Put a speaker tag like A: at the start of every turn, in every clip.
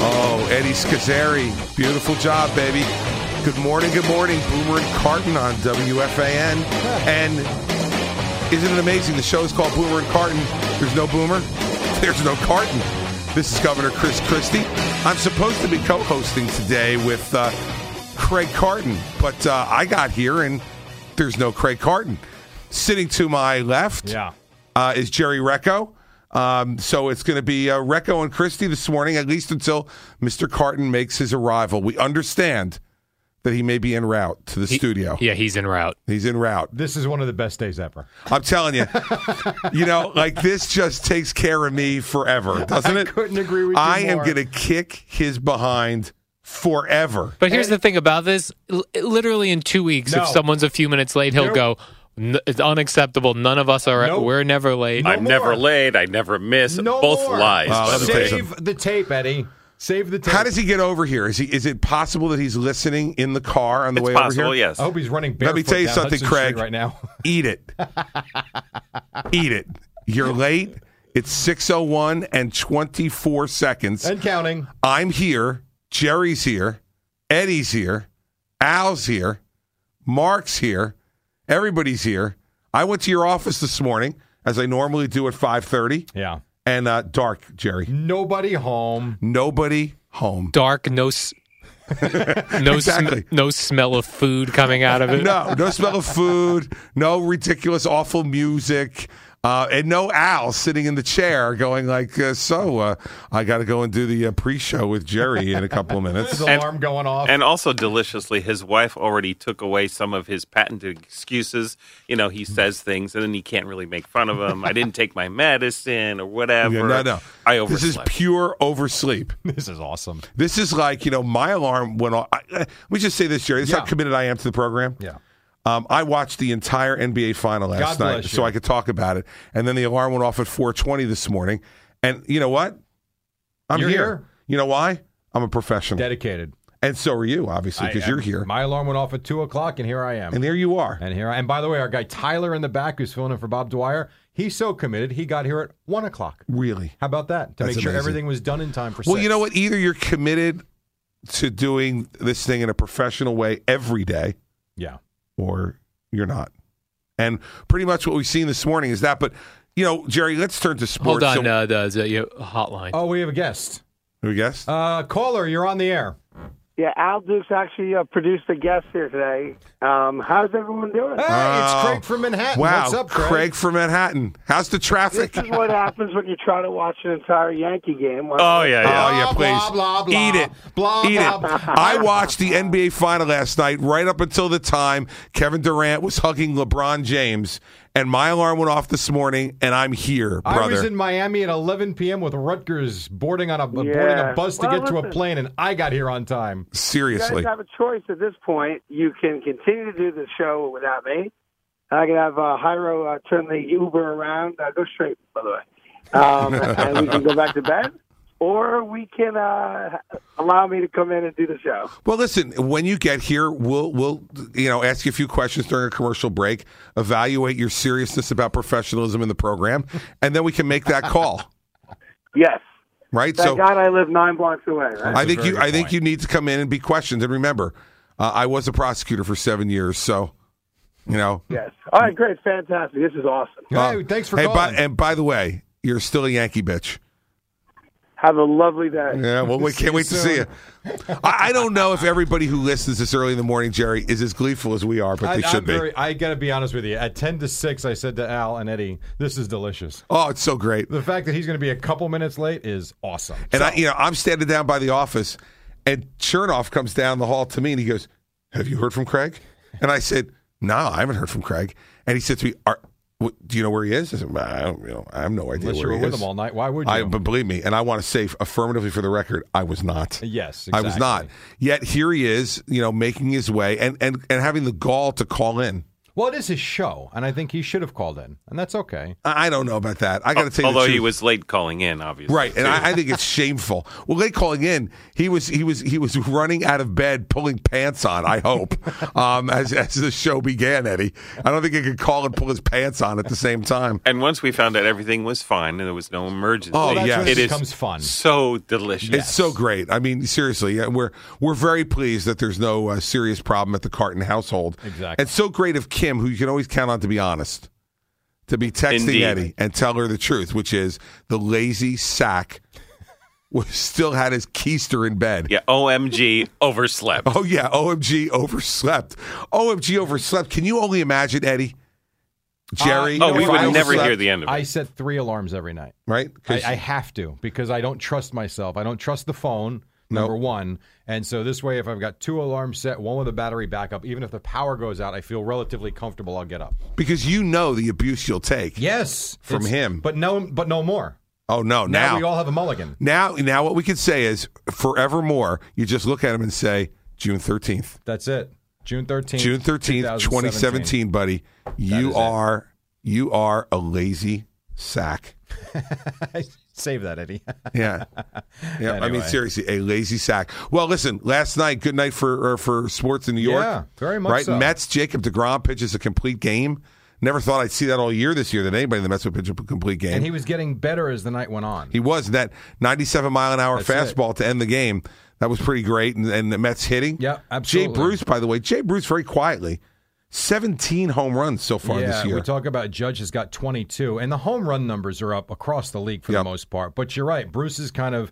A: Oh, Eddie Scazzeri. Beautiful job, baby. Good morning, good morning. Boomer and Carton on WFAN. And isn't it amazing? The show is called Boomer and Carton. There's no Boomer, there's no Carton. This is Governor Chris Christie. I'm supposed to be co hosting today with uh, Craig Carton, but uh, I got here and there's no Craig Carton. Sitting to my left
B: Yeah.
A: uh, is Jerry Recco. Um, so it's going to be uh, Recco and Christie this morning, at least until Mr. Carton makes his arrival. We understand that he may be en route to the studio.
C: Yeah, he's en route.
A: He's en route.
B: This is one of the best days ever.
A: I'm telling you, you know, like this just takes care of me forever, doesn't
B: I
A: it?
B: couldn't agree with you
A: I am
B: more.
A: going to kick his behind forever.
C: But here's the thing about this: L- literally in two weeks,
B: No.
C: if someone's a few minutes late, he'll
B: Nope.
C: go. "N- It's unacceptable. None of us are.
B: Nope.
C: We're never late.
D: I'm never late. I never miss.
B: No
D: Both
B: more.
D: lies.
A: Wow,
D: by
A: that's
D: the way.
A: amazing.
B: Save the tape, Eddie. Save the tape.
A: How does he get over here? Is he? Is it possible that he's listening in the car on the
D: It's
A: way over
D: possible,
A: here? Oh.
D: yes.
B: I hope he's running barefoot.
A: Let me tell you
B: down
A: something,
B: Hudson
A: Craig.
B: Street right now.
A: eat it. eat it. You're late. It's 601 and 24 seconds.
B: and counting.
A: I'm here. Jerry's here. Eddie's here. Al's here. Mark's here. Everybody's here. I went to your office this morning as I normally do at 5:30
B: Yeah.
A: and uh, dark, Jerry.
B: Nobody home.
A: Nobody home.
C: Dark. No. S- no.
A: Exactly.
C: Sm- no smell of food coming out of it.
A: No, no smell of food, no ridiculous, awful music, uh, and no Al sitting in the chair going like, uh, "So uh, I got to go and do the uh, pre-show with Jerry in a couple of minutes."
B: His alarm going off.
D: And also deliciously, his wife already took away some of his patented excuses. You know, he says things and then you can't really make fun of him. I didn't take my medicine or whatever.
A: Oh, Yeah, no, no,
D: I
A: This is
D: overslept.
A: pure oversleep.
B: this is awesome.
A: This is like you know, my alarm went off. I, uh, let me just say this, Jerry. This is how
B: Yeah.
A: committed I am to the program.
B: Yeah.
A: Um, I watched the entire NBA final last
B: God
A: night,
B: bless you.
A: so I could talk about it. And then the alarm went off at 4:20 this morning. And you know what? I'm
B: You're
A: here.
B: here.
A: You know why? I'm a professional,
B: Dedicated.
A: and so are you, obviously,
B: I
A: because
B: am-
A: you're here.
B: My alarm went off at two o'clock, and here I am.
A: and there you are.
B: And here I. And by the way, our guy Tyler in the back, who's filling in for Bob Dwyer, he's so committed. He got here at one o'clock.
A: Really?
B: How about that? To
A: That's
B: make sure
A: amazing.
B: everything was done in time for.
A: Well,
B: six.
A: you know what? Either you're committed to doing this thing in a professional way every day,
B: Yeah.
A: or you're not. And pretty much what we've seen this morning is that. But you know, Jerry, let's turn to sports.
C: Hold on.
A: So-
C: uh, the, the yeah, hotline.
B: Oh, we have a guest.
A: Who guessed?
B: Uh, caller, you're on the air.
E: Yeah, Al Dukes actually uh, produced a guest here today. Um, how's everyone doing?
B: Hey,
A: Oh.
B: it's Craig from Manhattan.
A: wow,
B: What's up, Craig?
A: from Manhattan. How's the
E: This
A: traffic?
E: is what happens when you try to watch an entire Yankee game.
D: Oh, yeah, yeah.
A: Oh, yeah,
B: Blah,
A: please.
B: blah, blah.
A: Eat it.
B: Blah,
A: Eat
B: blah,
A: it.
B: blah.
A: I watched the NBA final last night right up until the time Kevin Durant was hugging LeBron James, and my alarm went off this morning, and I'm here,
B: I
A: brother.
B: was in Miami at 11 p.m. with Rutgers boarding on a boarding
E: Yeah.
B: a bus to
E: Well,
B: get to a
E: listen.
B: plane, and I got here on time.
E: You guys
A: Seriously.
E: have a choice at this point. You can continue to do the show without me. I can have uh, Hyro uh, turn the Uber around. Uh, go straight, by the way. Um, and we can go back to bed. Or we can uh, allow me to come in and do the show.
A: Well, listen. When you get here, we'll we'll you know ask you a few questions during a commercial break, evaluate your seriousness about professionalism in the program, and then we can make that call,
E: Yes.
A: right?
E: Thank God I live nine blocks away, right?
A: I think you. I think you need to come in and be questioned. And remember, uh, I was a prosecutor for seven years, so you know. uh,
E: yes. All right, great. Fantastic. This is awesome.
B: hey, thanks for
A: hey,
B: calling.
A: By, and by the way, you're still a Yankee bitch.
E: Have a lovely day.
A: Yeah, well, we can't wait to see you. I, I don't know if everybody who listens this early in the morning, Jerry, is as gleeful as we are, but they
B: I,
A: should
B: am
A: be.
B: Very, I got to be honest with you. At 10 to 6, I said to Al and Eddie, this is delicious.
A: Oh, it's so great.
B: The fact that he's going to be a couple minutes late is awesome.
A: And I, you know, I'm standing down by the office, and Chernoff comes down the hall to me, and he goes, "Have you heard from Craig?" And I said, "No, I haven't heard from Craig." And he said to me, Are, what, "Do you know where he is?" I said, "Well, "I don't, you know, I have no idea
B: Unless you
A: where
B: were
A: he
B: with
A: is."
B: him all night, why would you?
A: I, but believe me, and I want to say affirmatively for the record, I was not.
B: yes,
A: I was not.
B: exactly.
A: Yet here he is, you know, making his way and, and, and having the gall to call in.
B: Well, it is his show, and I think he should have called in, and that's okay.
A: I I don't know about that. I got to tell you, the
D: Although
A: truth.
D: he was late calling in, obviously.
A: Right, and I, I think it's shameful. Well, they calling in. He was he was he was running out of bed, pulling pants on. I hope um, as as the show began, Eddie. I don't think he could call and pull his pants on at the same time.
D: And once we found out everything was fine and there was no emergency,
A: Oh,
B: that's
A: yes.
B: when
D: it
B: it
D: is
B: becomes fun.
D: so delicious.
A: It's so great. I mean, seriously, yeah, we're we're very pleased that there's no uh, serious problem at the Carton household.
B: Exactly.
A: It's so great of Kim, who you can always count on to be honest, to be texting
D: Indeed.
A: Eddie and tell her the truth, which is the lazy sack was still had his keister in bed.
D: Yeah, OMG, overslept.
A: Oh yeah, OMG overslept. OMG overslept. Can you only imagine, Eddie? Jerry.
B: Uh,
D: Oh, we
A: if I
D: would never
A: overslept,
D: hear the end of
B: I
D: it.
B: set three alarms every night.
A: right.
B: I,
A: 'Cause-
B: I have to because I don't trust myself. I don't trust the phone. Number one, and so this way, if I've got two alarms set, one with a battery backup, even if the power goes out, I feel relatively comfortable. I'll get up.
A: because you know the abuse you'll take.
B: Yes,
A: From
B: it's-
A: him.
B: but no, but no more.
A: Oh no,
B: Now,
A: now
B: we all have a mulligan.
A: now now what we could say is forevermore, you just look at him and say, June thirteenth.
B: That's it. June thirteenth,
A: June thirteenth, twenty seventeen, buddy. You are you are a lazy sack.
B: Save that, Eddie.
A: Yeah. Yeah. I mean,
B: Anyway.
A: seriously, a lazy sack. Well, listen, last night, good night for uh, for sports in New York.
B: Yeah, very much
A: Right?
B: so.
A: Mets, Jacob DeGrom pitches a complete game. Never thought I'd see that all year this year that anybody in the Mets would pitch a complete game.
B: and
A: he,
B: he was getting better as the night went on.
A: was that 97 mile an hour
B: That's it.
A: fastball to end the game. That was pretty great. And, and the Mets hitting.
B: Yeah, absolutely.
A: Jay Bruce, by the way, Jay Bruce very quietly, 17 home runs so far
B: yeah,
A: this year.
B: we talk about Judge has got 22, and the home run numbers are up across the league for
A: Yep.
B: the most part. But you're right, Bruce is kind of.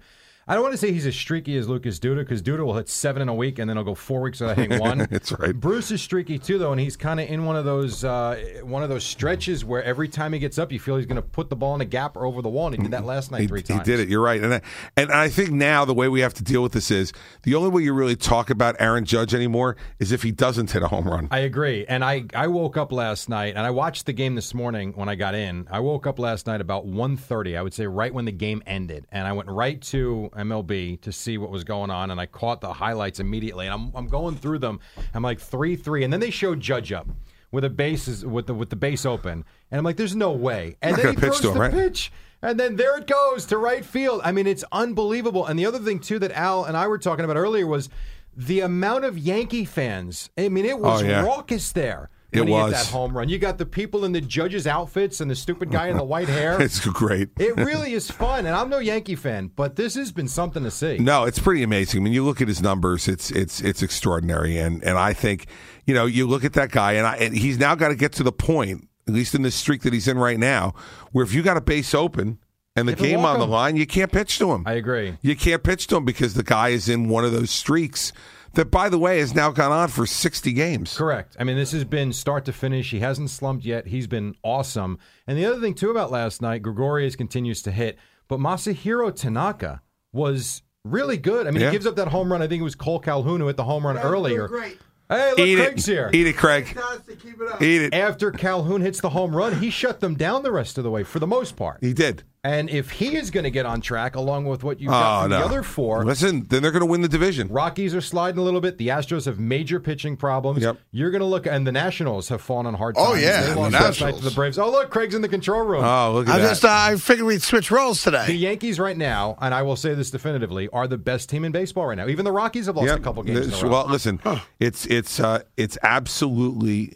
B: I don't want to say he's as streaky as Lucas Duda because Duda will hit seven in a week and then he'll go four weeks without hitting one.
A: That's right.
B: Bruce is streaky too, though, and he's kind of in one of those uh, one of those stretches where every time he gets up, you feel he's going to put the ball in a gap or over the wall, and he did that last night
A: He-
B: three
A: he,
B: times.
A: did it. You're right, and I, and I think now the way we have to deal with this is the only way you really talk about Aaron Judge anymore is if he doesn't hit a home run.
B: I agree. And I, I woke up last night and I watched the game this morning when I got in. I woke up last night about 1.30, I would say right when the game ended. And I went right to MLB to see what was going on and I caught the highlights immediately. And I'm, I'm going through them. I'm like 3-3 and then they show Judge up with a bases with the with the base open. And I'm like there's no way. And
A: Not
B: then
A: gonna
B: he throws
A: pitch to him,
B: the
A: right?
B: pitch and then there it goes to right field. I mean it's unbelievable. And the other thing too that Al and I were talking about earlier was the amount of Yankee fans. I mean it was was
A: Oh, yeah.
B: raucous there.
A: It
B: when he hit
A: was.
B: that home run. You got the people in the judges' outfits and the stupid guy in the white hair.
A: It's great.
B: it really is fun, and I'm no Yankee fan, but this has been something to see.
A: No, it's pretty amazing. I mean, you look at his numbers; it's it's it's extraordinary. And and I think, you know, you look at that guy, and, I, and he's now got to get to the point, at least in this streak that he's in right now, where if you got a base open and the
B: You have to
A: game
B: walk
A: on the
B: him.
A: line, you can't pitch to him.
B: I agree.
A: You can't pitch to him because the guy is in one of those streaks that, by the way, has now gone on for 60 games.
B: Correct. I mean, this has been start to finish. He hasn't slumped yet. He's been awesome. And the other thing too about last night, Gregorius continues to hit, but Masahiro Tanaka was really good. I mean,
A: Yeah.
B: he gives up that home run. I think it was Cole Calhoun who hit the home run earlier.
F: Great.
B: Hey, look,
A: Eat
B: Craig's
A: it.
B: here.
A: Eat it, Craig.
F: Fantastic. Keep it up.
A: Eat it.
B: After Calhoun hits the home run, he shut them down the rest of the way for the most part.
A: He did.
B: And if he is going to get on track along with what you've got
A: Oh
B: from
A: no.
B: the other four,
A: Listen, then they're going to win the division.
B: Rockies are sliding a little bit. The Astros have major pitching problems.
A: Yep.
B: You're going to look, and the Nationals have fallen on hard times.
G: Oh, yeah,
B: they
G: the
B: lost last night to
G: Nationals.
B: the Braves. Oh look, Craig's in the control room.
A: Oh, look at
G: I
A: that.
G: just uh, I figured we'd switch roles
B: the
G: today.
B: Yankees right now, and I will say this definitively, are the best team in baseball right now. Even the Rockies have lost
A: Yep.
B: a couple games. in
A: This-
B: a row.
A: well, listen, it's it's uh, it's absolutely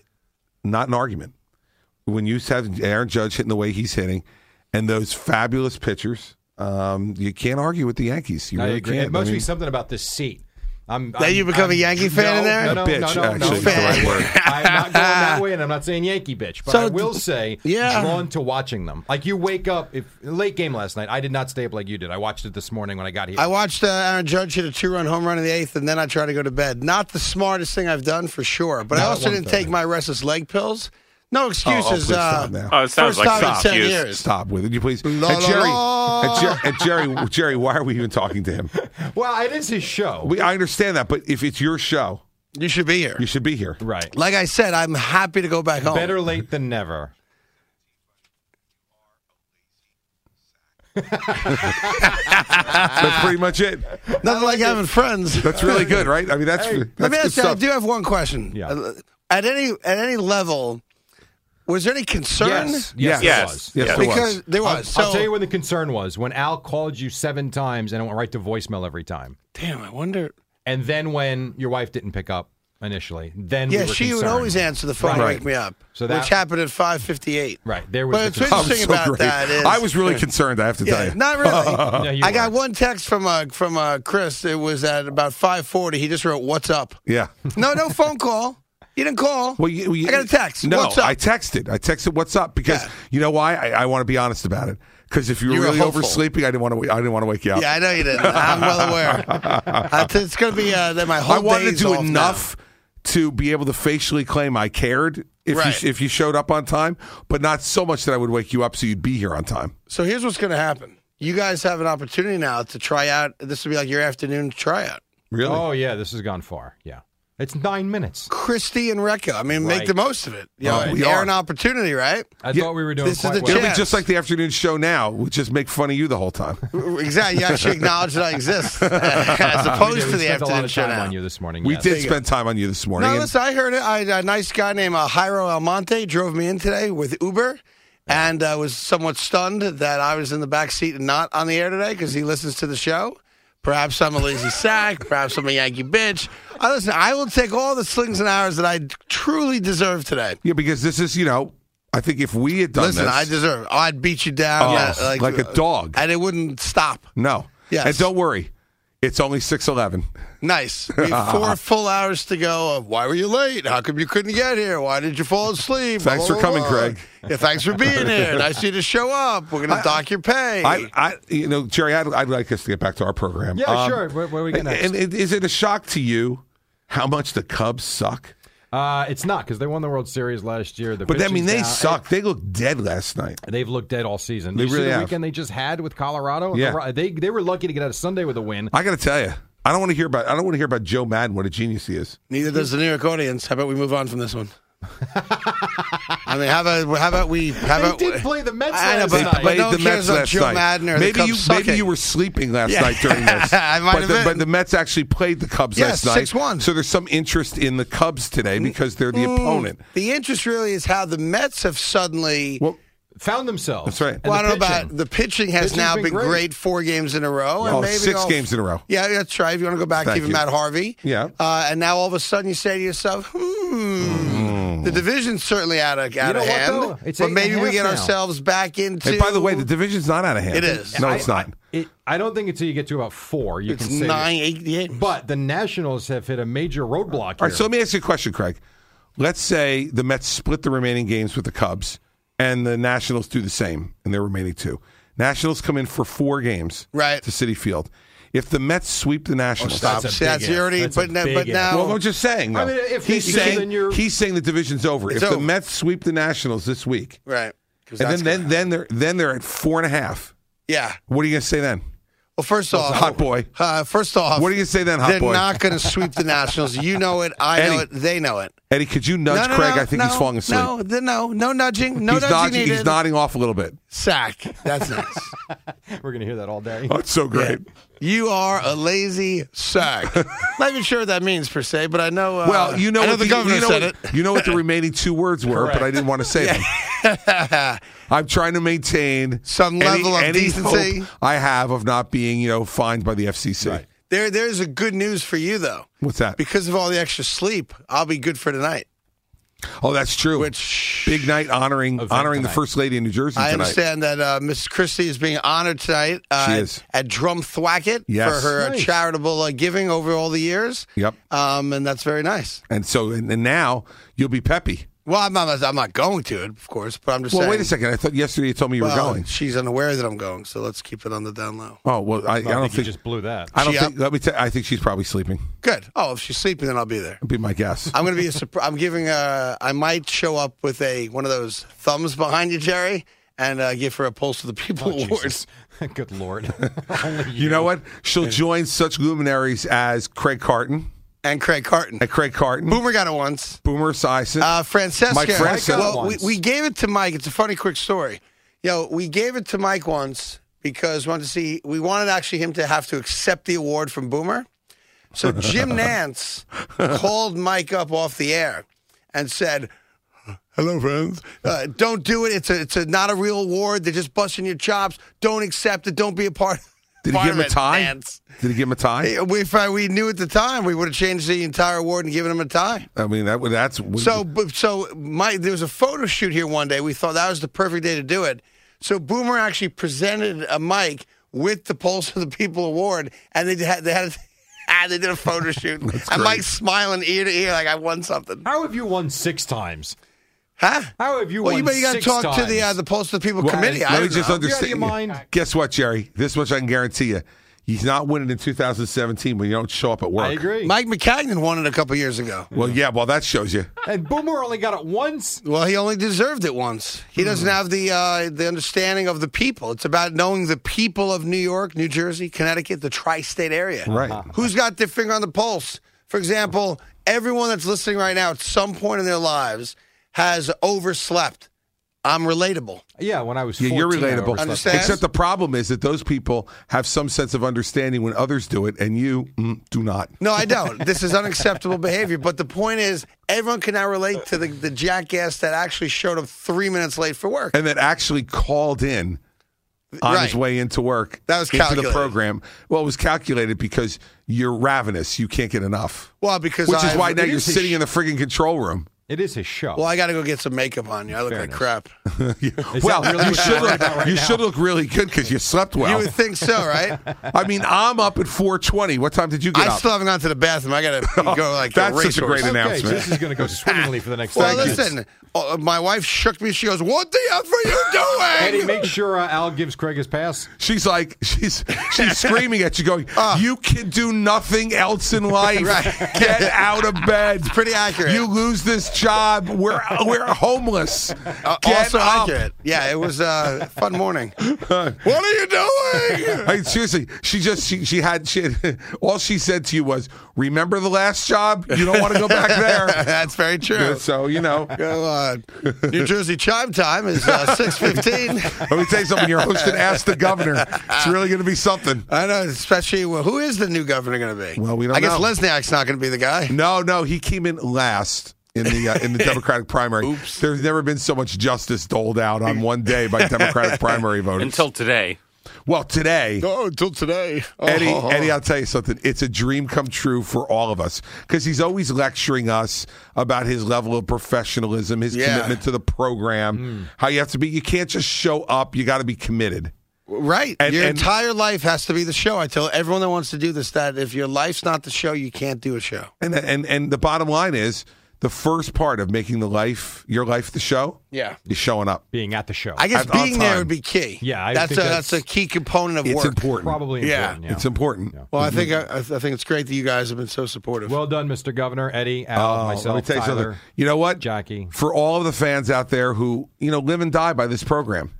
A: not an argument when you have Aaron Judge hitting the way he's hitting, and those fabulous pitchers. Um, you can't argue with the Yankees. You
B: I
A: really
B: agree.
A: can't.
B: It must
A: I mean-
B: be something about this seat. I'm.
H: Now
B: I'm-
H: you become a
B: I'm-
H: Yankee fan
B: no,
H: in there?
B: No, no,
A: Bitch,
B: no, no, no,
A: actually, is the
B: no.
A: right word.
B: I'm not going that way, and I'm not saying Yankee bitch, but I
H: So
B: will say
H: yeah.
B: drawn to watching them. Like you wake up if late game last night. I did not stay up like you did. I watched it this morning when I got here.
H: I watched uh, Aaron Judge hit a two-run home run in the eighth, and then I tried to go to bed. Not the smartest thing I've done for sure, but I
B: Not
H: also
B: one
H: didn't
B: thing.
H: take my restless leg pills. No excuses.
A: please
H: uh,
A: stop now.
I: Oh, it sounds
H: first
I: like
H: time
I: stop,
H: in ten
I: you-
H: years.
A: Stop with it, you please.
H: La,
A: and
H: la,
A: Jerry,
H: la.
A: and Jer- and Jerry, Jerry, why are we even talking to him?
B: well, it is his show,
A: We, I understand that, but if it's your show,
H: You should be here.
A: you should be here.
B: right?
H: Like I said, I'm happy to go back home.
B: Better late than never.
A: That's pretty much it.
H: Nothing like having friends.
A: That's really good, right? I mean, that's
H: Let
A: that's
H: me
A: good
H: ask you. I
A: stuff.
H: do have one question.
B: Yeah.
H: Uh, At any at any level, was there any concern?
B: Yes, yes, it
I: Yes.
B: was.
A: Yes, there
H: Because
A: was.
H: there was. so
B: I'll tell you when the concern was when Al called you seven times and it went right to voicemail every time.
H: damn, I wonder.
B: And then when your wife didn't pick up initially, then
H: Yeah,
B: we were
H: she would
B: concerned.
H: always answer the phone and
A: Right.
H: wake me up,
B: So that-
H: which happened at five fifty-eight.
B: Right there was.
H: But
B: the
H: it's
B: concern.
A: I'm
H: interesting about that is-
A: I was really concerned. I have to tell
H: Yeah,
A: you.
H: not really.
B: No, you
H: I got
B: weren't.
H: one text from uh, from uh, Chris. It was at about five forty. He just wrote, "What's up?"
A: Yeah.
H: No, no phone call. You didn't call.
A: Well, you, you,
H: I got a text.
A: No,
H: What's up?
A: I texted. I texted. What's up? Because
H: Yeah.
A: you know why? I, I want to be honest about it. Because if you were
H: You were
A: really
H: hopeful.
A: oversleeping, I didn't want to. I didn't want to wake you up.
H: yeah, I know you didn't. I'm well aware. Uh, t- it's going to be uh, that my whole.
A: I wanted to
H: day's
A: do
H: off now.
A: enough to be able to facially claim I cared if
H: Right.
A: you if you showed up on time, but not so much that I would wake you up so you'd be here on time.
H: So here's what's going to happen. You guys have an opportunity now to try out. This will be like your afternoon tryout.
A: Really?
B: Oh yeah, this has gone far. Yeah, it's nine minutes.
H: Christie and Recca. I mean, make
B: Right.
H: the most of it. You know,
A: Right.
H: you
A: We are.
H: an opportunity, right?
B: I
A: Yeah,
B: thought we were doing
H: this is
B: quite
H: the
B: well.
A: It'll
H: Yes.
A: be just like the afternoon show now. We just make fun of you the whole time.
H: Exactly. You actually acknowledge that I exist, as opposed
B: We
H: to the
B: spent a lot
H: afternoon
B: of
H: show
B: time
H: now.
B: on you this morning.
A: We
B: yes.
A: did spend time on you this morning.
H: No,
A: and-
H: listen, I heard it. I, a nice guy named uh, Jairo Almonte drove me in today with Uber and uh, was somewhat stunned that I was in the back seat and not on the air today because he listens to the show. Perhaps I'm a lazy sack. Perhaps I'm a Yankee bitch. I listen. I will take all the slings and arrows that I truly deserve today.
A: yeah, because this is you know, I think if we had done
H: Listen,
A: this,
H: I deserve. I'd beat you down
A: Oh,
H: uh,
A: like, a dog.
H: and it wouldn't stop.
A: no.
H: Yes.
A: And don't worry, it's only six eleven.
H: Nice. We have four full hours to go. Of why were you late? How come you couldn't get here? Why did you fall asleep?
A: Thanks for coming, Craig.
H: Yeah, thanks for being here. Nice of you to show up. We're gonna dock your pay.
A: I, I, you know, Jerry, I'd, I'd like us to get back to our program.
B: Yeah,
H: Um,
B: sure. Where, where we get
A: And,
B: next?
A: and it- is it a shock to you how much the Cubs suck?
B: uh, it's not because they won the World Series last year. The
A: But I mean,
B: pitching's
A: they
B: down.
A: suck. They looked dead last night.
B: They've looked dead all season.
A: They
B: you
A: really
B: see the
A: have.
B: weekend they just had with Colorado.
A: Yeah.
B: The- they they were lucky to get out of Sunday with a win.
A: I got to tell you, I don't want to hear about. I don't want to hear about Joe Madden. What a genius he is.
H: Neither does the New York audience. How about we move on from this one? I mean, how about how about we how
B: They
H: about
B: did play the Mets
H: I know,
B: last
H: but-
A: They
B: night.
A: played
H: no
A: the
H: one cares
A: Mets
H: about
A: last
H: Joe
A: night.
H: Madden or the
A: maybe
H: Cubs
A: you
H: sucking.
A: maybe you were sleeping last
H: Yeah.
A: night during this.
H: I might
A: but,
H: have
A: the,
H: been.
A: but the Mets actually played the Cubs
H: Yeah,
A: last night.
H: 6-1.
A: So there's some interest in the Cubs today because they're the opponent.
H: the interest really is how the Mets have suddenly.
A: Well,
B: Found themselves.
A: That's right.
B: And
H: Well, I don't
B: the
H: know
B: pitching.
H: about the pitching has
B: Pitching's
H: now
B: been
H: been great.
B: great.
H: four games in a row. and
A: Oh,
H: maybe
A: six
H: they'll-
A: games in a row.
H: Yeah, that's right. If you want to go back,
A: Thank
H: even
A: you.
H: Matt Harvey.
A: Yeah.
H: Uh, and now all of a sudden you say to yourself, hmm, the division's certainly out of, out
B: know
H: of
B: what,
H: hand.
B: though? It's eight
H: but
B: and a
H: maybe we
B: half
H: get
B: now.
H: ourselves back into.
A: and by the way, the division's not out of hand.
H: It is.
A: No, it's not.
B: It, I don't think until you get to about four, you
H: it's
B: can say.
H: nine, eight, eight.
B: But the Nationals have hit a major roadblock.
A: All
B: here.
A: right, so let me ask you a question, Craig. Let's say the Mets split the remaining games with the Cubs, and the Nationals do the same in their remaining two. Nationals come in for four games
H: Right.
A: to City Field. If the Mets sweep the Nationals,
H: Stop.
B: That's a
H: See, that's
B: big if.
H: already,
B: That's a
H: but, now,
B: big
H: but
B: if.
H: now.
A: Well, I'm just saying.
B: I
A: though.
B: mean, if they
A: he's
B: do,
A: saying
B: then you're-
A: he's saying the division's over.
H: It's
A: if
H: over.
A: the Mets sweep the Nationals this week,
H: right. 'Cause
A: and
H: that's
A: then
H: gonna-
A: then, then they're then they're at four and a half.
H: yeah.
A: What are you going to say then,
H: Well, first off,
A: hot boy?
H: Uh, first off,
A: What are you going to say then, hot
H: they're
A: boy?
H: not going to sweep the Nationals. You know it. I know
A: Eddie.
H: it. They know it.
A: Eddie, could you nudge Craig? I think he's falling asleep.
H: No, th- no, no nudging. No
A: he's
H: nudging
A: nodding.
H: needed.
A: He's nodding off a little bit.
H: Sack. That's nice.
B: We're going to hear that all day.
A: Oh, it's so great.
H: you are a lazy sack. Not even sure what that means per se, but I know. Uh,
A: Well, you know
H: I
A: what
H: the governor
A: you know
H: said
A: what,
H: it.
A: You know what the remaining two words were, but I didn't want to say them. I'm trying to maintain
H: Some
A: any-
H: level of
A: any
H: decency.
A: hope I have of not being, you know, fined by the FCC.
H: There, there's a good news for you though,
A: What's that?
H: because of all the extra sleep. I'll be good for tonight.
A: Oh, that's true.
H: which
A: big night honoring
B: Event
A: honoring the
B: tonight.
A: first lady in New Jersey
H: I
A: tonight.
H: understand that uh, Miss Christie is being honored tonight uh,
A: She is.
H: at Drumthwacket
A: Yes.
H: for her uh
B: Nice.
H: charitable uh, giving over all the years.
A: Yep.
H: Um, and that's very nice.
A: And so and, and now you'll be Peppy.
H: Well, I'm not, I'm not going to it, of course, but I'm just
A: Well,
H: saying.
A: wait a second. I thought yesterday you told me you
H: Well,
A: were going.
H: She's unaware that I'm going, so let's keep it on the down low.
A: Oh well, I, I
B: I,
A: don't
B: think,
A: think.
B: you just blew that.
A: I don't
H: She
A: think. Let me tell. I think she's probably sleeping.
H: Good. Oh, if she's sleeping, then I'll be there.
A: Would be my guess.
H: I'm gonna be a surprise. I'm giving. A, I might show up with a one of those thumbs behind you, Jerry, and uh, give her a pulse of the
A: Oh,
H: people awards.
B: Jesus. Good lord. Only
A: you know what? She'll join such luminaries as Craig Carton.
H: And Craig Carton.
A: At Craig Carton,
H: Boomer got it once.
A: Boomer Sison.
H: Uh, Francesca. uh,
A: Mike Francesca.
H: Well, we,
B: once.
H: we gave it to Mike. It's a funny, quick story. Yo, we gave it to Mike once because we wanted to see. We wanted actually him to have to accept the award from Boomer. So Jim Nance called Mike up off the air and said, "Hello, friends. Uh, don't do it. It's a, it's a, not a real award. They're just busting your chops. Don't accept it. Don't be a part."
A: Did he
H: part
A: give him
H: of
A: a
H: it,
A: tie?
H: Nance."
A: Did he give him a tie?
H: We, if I, we knew at the time, we would have changed the entire award and given him a tie.
A: I mean, that would- that's
H: So, but- so my there was a photo shoot here one day. We thought that was the perfect day to do it. So Boomer actually presented a mic with the Pulse of the People Award, and they had they had ah, they did a photo shoot. and
A: great.
H: Mike's smiling ear to ear like I won something,
B: How have you won six times?
H: huh?
B: How have you
H: Well,
B: won
H: you, but you got to
B: six
H: talk to the uh,
B: times?
H: the Pulse of the People
A: Well,
H: committee. I
A: Let me
H: don't
A: just
H: know.
B: your
A: understand.
B: mind.
A: Guess what, Jerry? This much I can guarantee you: he's not winning in 2017 when you don't show up at work.
B: I agree.
H: Mike McCagnon won it a couple years ago.
A: Well, yeah. Well, that shows you.
B: and Boomer only got it once.
H: Well, he only deserved it once. He doesn't have the uh, the understanding of the people. It's about knowing the people of New York, New Jersey, Connecticut, the tri-state area.
A: Right.
H: Who's got their finger on the pulse? For example, everyone that's listening right now at some point in their lives has overslept. I'm relatable.
B: Yeah, when I was
A: Yeah,
B: 14,
A: you're
B: I
A: relatable.
B: overslept.
H: Understand?
A: Except the problem is that those people have some sense of understanding when others do it, and you mm, do not.
H: No, I don't. this is unacceptable behavior. But the point is, everyone can now relate to the, the jackass that actually showed up three minutes late for work.
A: And that actually called in on
H: Right.
A: his way into work.
H: That was
A: into the
H: calculated.
A: program. Well, it was calculated because you're ravenous. You can't get enough,
H: Well, because
A: which is
H: I've-
A: why now
B: it
A: you're
B: is a
A: sitting in the frigging control room.
B: It is his show.
H: Well, I got to go get some makeup on you. I look
B: Fair
H: like
B: enough.
H: crap.
B: Is
A: well,
B: that really
A: you
B: what
A: should
B: you're
A: look,
B: about right
A: you
B: now?
A: should look really good because you slept well.
H: You would think so, right?
A: I mean, I'm up at 4:20. What time did you get
H: I
A: up?
H: still haven't gone to the bathroom. I got to go like
A: Oh, That's
H: a
A: such a
B: Okay,
H: racehorse.
A: great
B: so
A: announcement.
B: this is going to go swimmingly for the next.
H: Well,
B: segment.
H: listen, uh, my wife shook me. She goes, "What the F are you
B: Eddie,
H: doing?"
B: make sure uh, Al gives Craig his pass.
A: She's like, she's she's screaming at you, going,
H: Uh.
A: "You can do nothing else in life. Get out of bed.
H: pretty accurate.
A: You lose this job. We're we're homeless.
H: Uh,
A: Get
H: also
A: up."
H: accurate. Yeah, it was a fun morning. what are you doing?
A: I mean, seriously, she just she, she had she had, all she said to you was, "Remember the last job? You don't want to go back there."
H: That's very true.
A: So you know.
H: Go on. New Jersey chime time is uh, six fifteen.
A: Let me tell you something. You're hosting Ask the Governor. It's really going to be something.
H: I know, especially well, who is the new governor going to be?
A: Well, we don't
H: I guess
A: know.
H: Lesniak's not going to be the guy.
A: No, no, he came in last in the uh, in the Democratic primary. Oops. There's never been so much justice doled out on one day by Democratic primary voters.
D: until today.
A: well, today,
H: Oh, until today. Oh.
A: Eddie, Eddie, I'll tell you something. It's a dream come true for all of us because he's always lecturing us about his level of professionalism, his
H: Yeah. Hmm.
A: commitment to the program, how you have to be. You can't just show up. You got to be committed.
H: Right.
A: And-
H: your
A: and-
H: entire life has to be the show. I tell everyone that wants to do this that if your life's not the show, you can't do a show.
A: And and and the bottom line is the first part of making the life your life the show.
H: Yeah.
A: is showing up.
B: Being at the show,
H: I guess
A: At- on
H: being there
A: time.
H: would be key.
B: Yeah, I
H: that's a
B: think
H: that's,
B: that's-
H: a key component of
A: It's
H: work.
A: important.
B: probably
H: Yeah,
B: important. Yeah,
A: It's important.
H: Well, I think I, I think it's great that you guys have been so supportive.
B: Well done, Mr. Governor, Eddie, Al,
A: Oh,
B: myself,
A: let me tell you
B: Tyler.
A: something. You know what,
B: Jackie.
A: For all of the fans out there who you know live and die by this program,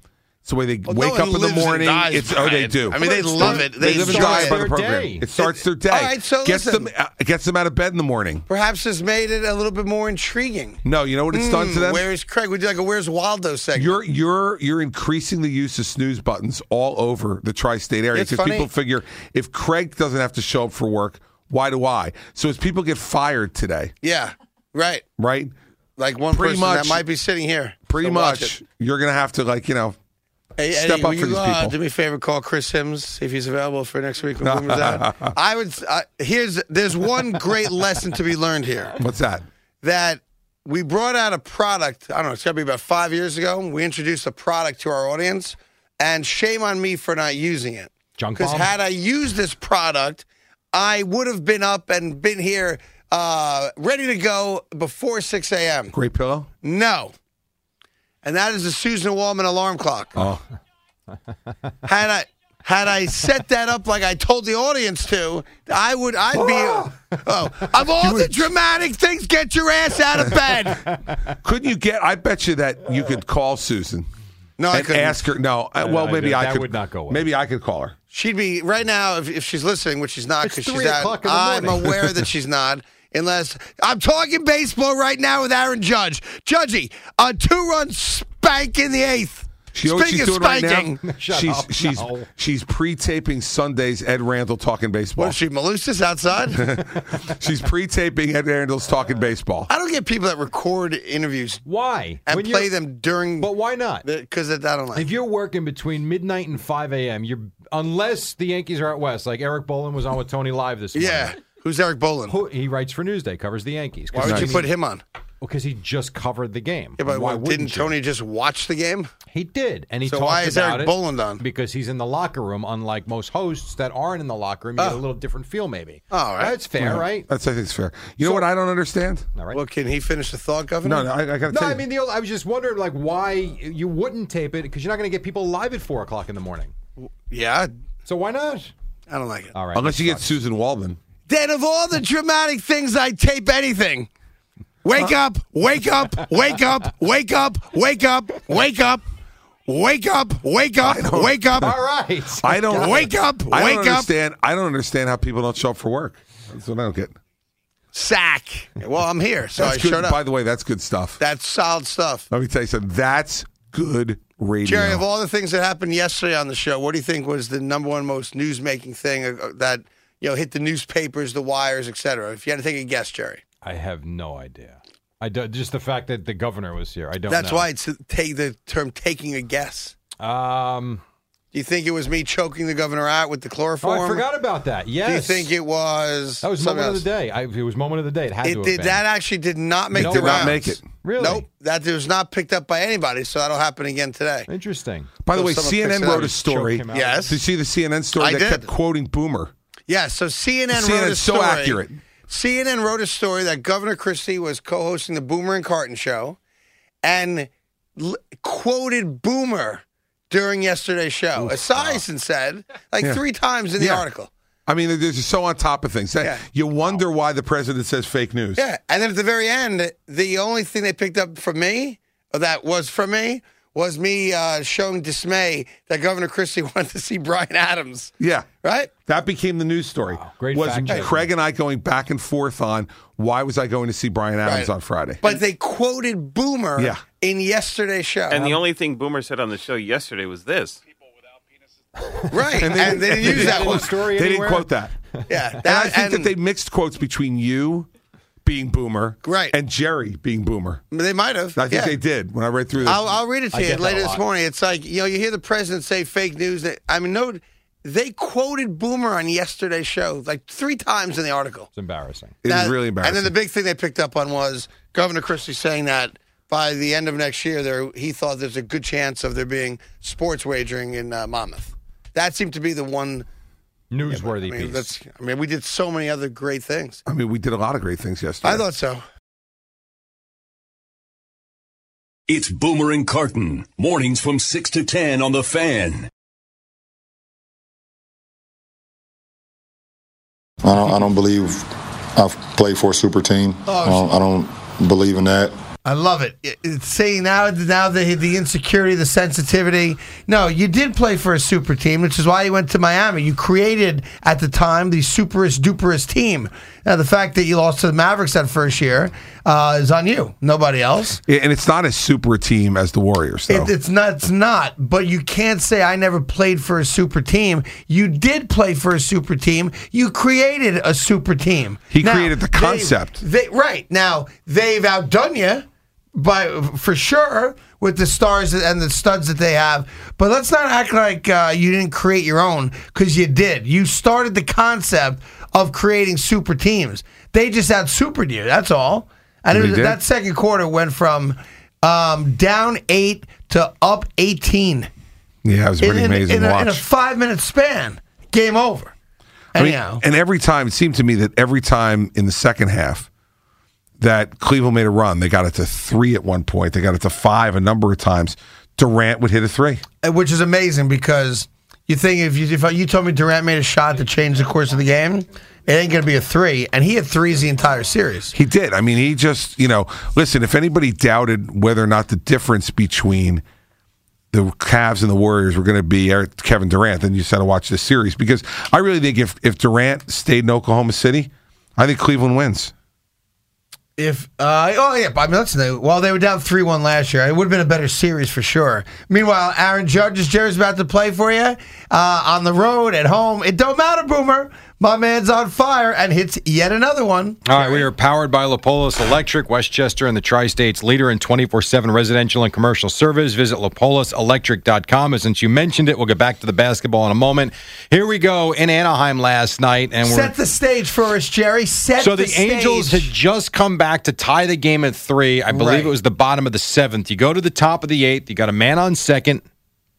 A: it's the way they
H: no
A: wake
H: one
A: up in the
H: lives and
A: morning.
H: dies
A: It's
H: by
A: oh, they
H: it.
A: do.
H: I mean, they
A: It's-
H: love it. They
A: live and
H: start
A: die by the
B: their
A: program.
B: day.
A: It starts their day.
H: All right, so
A: gets
H: listen.
A: them uh, gets them out of bed in the morning.
H: Perhaps this made it a little bit more intriguing. Hmm,
A: No, you know what it's done to them.
H: Where is Craig? We do like a Where's Waldo segment.
A: You're you're you're increasing the use of snooze buttons all over the tri-state area
H: It's
A: because
H: funny.
A: people figure if Craig doesn't have to show up for work, why do I? So as people get fired today,
H: yeah, right.
A: right?
H: Like one
A: Pretty
H: person
A: much-
H: that might be sitting here.
A: Pretty
H: So watch
A: much,
H: it.
A: you're gonna have to like you know
H: Hey,
A: Step
H: Eddie,
A: up
H: will
A: for
H: you,
A: these
H: uh,
A: people.
H: do me a favor, call Chris Sims see if he's available for next week when Boomer's out. I would. Uh, here's there's one great lesson to be learned here.
A: what's that?
H: that we brought out a product. I don't know. It's got to be about five years ago. We introduced a product to our audience, and shame on me for not using it.
B: Junk
H: Because
B: bomb?
H: had I used this product, I would have been up and been here uh, ready to go before 6 a.m.
A: Great pillow.
H: No. And that is the Susan Wallman alarm clock.
A: Oh,
H: Had I had I set that up like I told the audience to, I would I'd be oh of all the dramatic things, get your ass out of bed.
A: couldn't you get? I bet you that you could call Susan
H: No, I
A: and
H: couldn't.
A: ask her. No, I- well
B: no,
A: maybe
B: that-
A: I
B: that
A: could.
B: would not go well.
A: Maybe I could call her.
H: She'd be right now if, if she's listening, which she's not
B: It's
H: because she's
B: three o'clock
H: out.
B: in the
H: I'm
B: morning.
H: aware that she's not. Unless I'm talking baseball right now with Aaron Judge. Judgy, a two-run spank in the eighth.
A: She knows what
H: Speaking
A: she's
H: of
A: doing right
H: spanking,
A: now.
B: Shut
A: she's
B: up,
A: she's
B: no.
A: she's pre-taping Sunday's Ed Randall talking
H: what
A: baseball.
H: is she, Malusis outside?
A: she's pre-taping Ed Randall's talking baseball.
H: I don't get people that record interviews
B: Why?
H: and
B: When
H: play
B: you're-
H: them during
B: But why not?
H: because I don't like.
B: If you're working between midnight and 5 a.m., you're unless the Yankees are at West, like Eric Bolin was on with Tony Live this morning.
H: Yeah. Who's Eric Bolin?
B: Who- he writes for Newsday, covers the Yankees.
H: Why would you
A: Nice.
H: put him on?
B: Because he just covered the game.
H: Yeah, but
B: why
H: what,
B: wouldn't
H: didn't
B: you?
H: Tony just watch the game?
B: He did, and he
H: So
B: talked
H: why is
B: about
H: Eric
B: it
H: Boland on?
B: Because he's in the locker room, unlike most hosts that aren't in the locker room. You get a little different feel, maybe.
H: Oh. All right. Hmm.
B: that's fair, right?
A: That's I think it's fair. You know what I don't understand?
B: All right.
H: Well, can he finish the thought, Governor?
A: No, no, I, I got to
B: no,
A: tell
B: I
A: you.
B: mean, the old, I was just wondering, like, why you wouldn't tape it because you're not going to get people live at four o'clock in the morning.
H: Yeah,
B: So why not?
H: I don't like it.
B: All right.
A: unless you get Susan Waldman.
H: Then of all the dramatic things, I tape anything. Wake up! Wake up! Wake up! Wake up! Wake up! Wake up! Wake up! Wake up! Wake
B: All
H: up!
B: right.
A: I don't
H: Wake up!
A: I
H: Wake
A: don't
H: up!
A: understand. I don't understand how people don't show up for work. That's what I don't get.
H: Sack. Well, I'm here, so
A: That's
H: I
A: good.
H: showed up.
A: By the way, that's good stuff.
H: That's solid stuff.
A: Let me tell you something. That's good radio.
H: Jerry, of all the things that happened yesterday on the show, what do you think was the number one most news-making thing uh, that you know hit the newspapers, the wires, etc.? If you had to take a guess, Jerry,
B: I have no idea. I do, just the fact that the governor was here. I don't.
H: that's
B: know.
H: why it's uh, take the term "taking a guess."
B: Um,
H: Do you think it was me choking the governor out with the
B: oh,
H: chloroform?
B: I forgot about that. Yes.
H: Do you think it was?
B: that was
H: something
B: moment of
H: else?
B: the day? I, it was moment of the day. It had to
H: It
B: have
H: did
B: been.
H: that actually did not make
A: It
H: the
A: did
H: rounds.
A: not make it.
B: Really?
H: Nope, that was not picked up by anybody, so that'll happen again today.
B: Interesting.
A: By the
H: So
A: way,
H: someone
A: CNN
H: fix that.
A: wrote a
H: Just
A: story.
B: choke him out.
H: Yes.
A: Did you see the CNN story
H: I
A: that
H: did.
A: kept quoting Boomer?
H: Yeah, so CNN
A: CNN
H: wrote a
A: is so
H: story.
A: accurate.
H: CNN wrote a story that Governor Christie was co-hosting the Boomer and Carton show, and l- quoted Boomer during yesterday's show. Esiason said like three times in the
A: Yeah.
H: article.
A: I mean, they're just so on top of things. That-
H: Yeah.
A: You wonder why the president says fake news.
H: Yeah, and then at the very end, the only thing they picked up from me or that was from me was me uh, showing dismay that Governor Christie wanted to see Brian Adams.
A: Yeah.
H: Right?
A: That became the news story.
B: Great
A: was
B: fact check.
A: Craig and I going back and forth on why was I going to see Brian Adams
H: Right.
A: on Friday?
H: But they quoted Boomer
A: Yeah.
H: in yesterday's show.
D: And
J: Um,
D: the only thing Boomer said on the show yesterday was this.
H: right. and they, didn't use that one.
B: story
A: they didn't
B: anywhere?
A: quote that.
H: Yeah.
A: And I think that they mixed quotes between you being Boomer
H: Right.
A: and Jerry being Boomer.
H: they they might have.
A: I think
H: yeah.
A: they did when I read through this.
H: I'll, I'll read it
B: I
H: to you
B: get that
H: later
B: a
H: this
B: lot.
H: morning. It's like, you know, you hear the president say fake news. That, I mean, no, they quoted Boomer on yesterday's show like three times in the article.
B: It's embarrassing.
A: it was
H: Now-
A: really embarrassing.
H: And then the big thing they picked up on was Governor Christie saying that by the end of next year, there he thought there's a good chance of there being sports wagering in uh, Monmouth. That seemed to be the one.
B: Newsworthy
H: I mean,
B: piece.
H: that's, I mean, we did so many other great things.
A: I mean, we did a lot of great things yesterday.
H: I thought so.
F: It's Boomer and Carton. Mornings from 6 to 10 on The Fan.
K: I don't, I don't believe I've played for a super team.
H: Oh,
K: I, don't, I don't believe in that.
H: I love it. It- It's saying now, now the the insecurity, the sensitivity. No, you did play for a super team, which is why you went to Miami. You created at the time the superest duperest team. Now the fact that you lost to the Mavericks that first year uh, is on you, nobody else.
A: Yeah, and it's not as super a team as the Warriors, though.
H: It, it's not. It's not. But you can't say I never played for a super team. You did play for a super team. You created a super team.
A: He created the concept.
H: They, they- right now they've outdone you by for sure with the stars and the studs that they have. But let's not act like uh, you didn't create your own because you did. You started the concept of creating super teams. They just out supered you. That's all. And it
A: They
H: was,
A: did?
H: that second quarter went from um, down eight to up 18
A: Yeah, it was a
H: in,
A: pretty
H: in,
A: amazing
H: in a,
A: watch.
H: in a five minute span. Game over.
A: I mean,
H: Anyhow,
A: and every time it seemed to me that every time in the second half that Cleveland made a run, they got it to three at one point. They got it to five a number of times. Durant would hit a three.
H: Uh, which is amazing because you think if you if you told me Durant made a shot to change the course of the game, it ain't going to be a three, and he had threes the entire series.
A: He did. I mean, he just, you know, listen, if anybody doubted whether or not the difference between the Cavs and the Warriors were going to be Eric- Kevin Durant, then you just had to watch this series because I really think if, if Durant stayed in Oklahoma City, I think Cleveland wins.
H: If uh, oh yeah, I mean listen. While they were down three one last year, it would have been a better series for sure. Meanwhile, Aaron Judge's Jerry's about to play for you uh, on the road at home. It don't matter, Boomer. My man's on fire and hits yet another one.
B: All right, we are powered by Lapolis Electric, Westchester and the Tri-State's leader in 24/7 residential and commercial service. Visit lapoliselectric.com. And since you mentioned it, we'll get back to the basketball in a moment. Here we go in Anaheim last night, and we're
H: Set the stage for us, Jerry. Set
B: so the,
H: stage.
B: Angels had just come back to tie the game at three. I believe
H: Right.
B: it was the bottom of the seventh. You go to the top of the eighth. You got a man on second.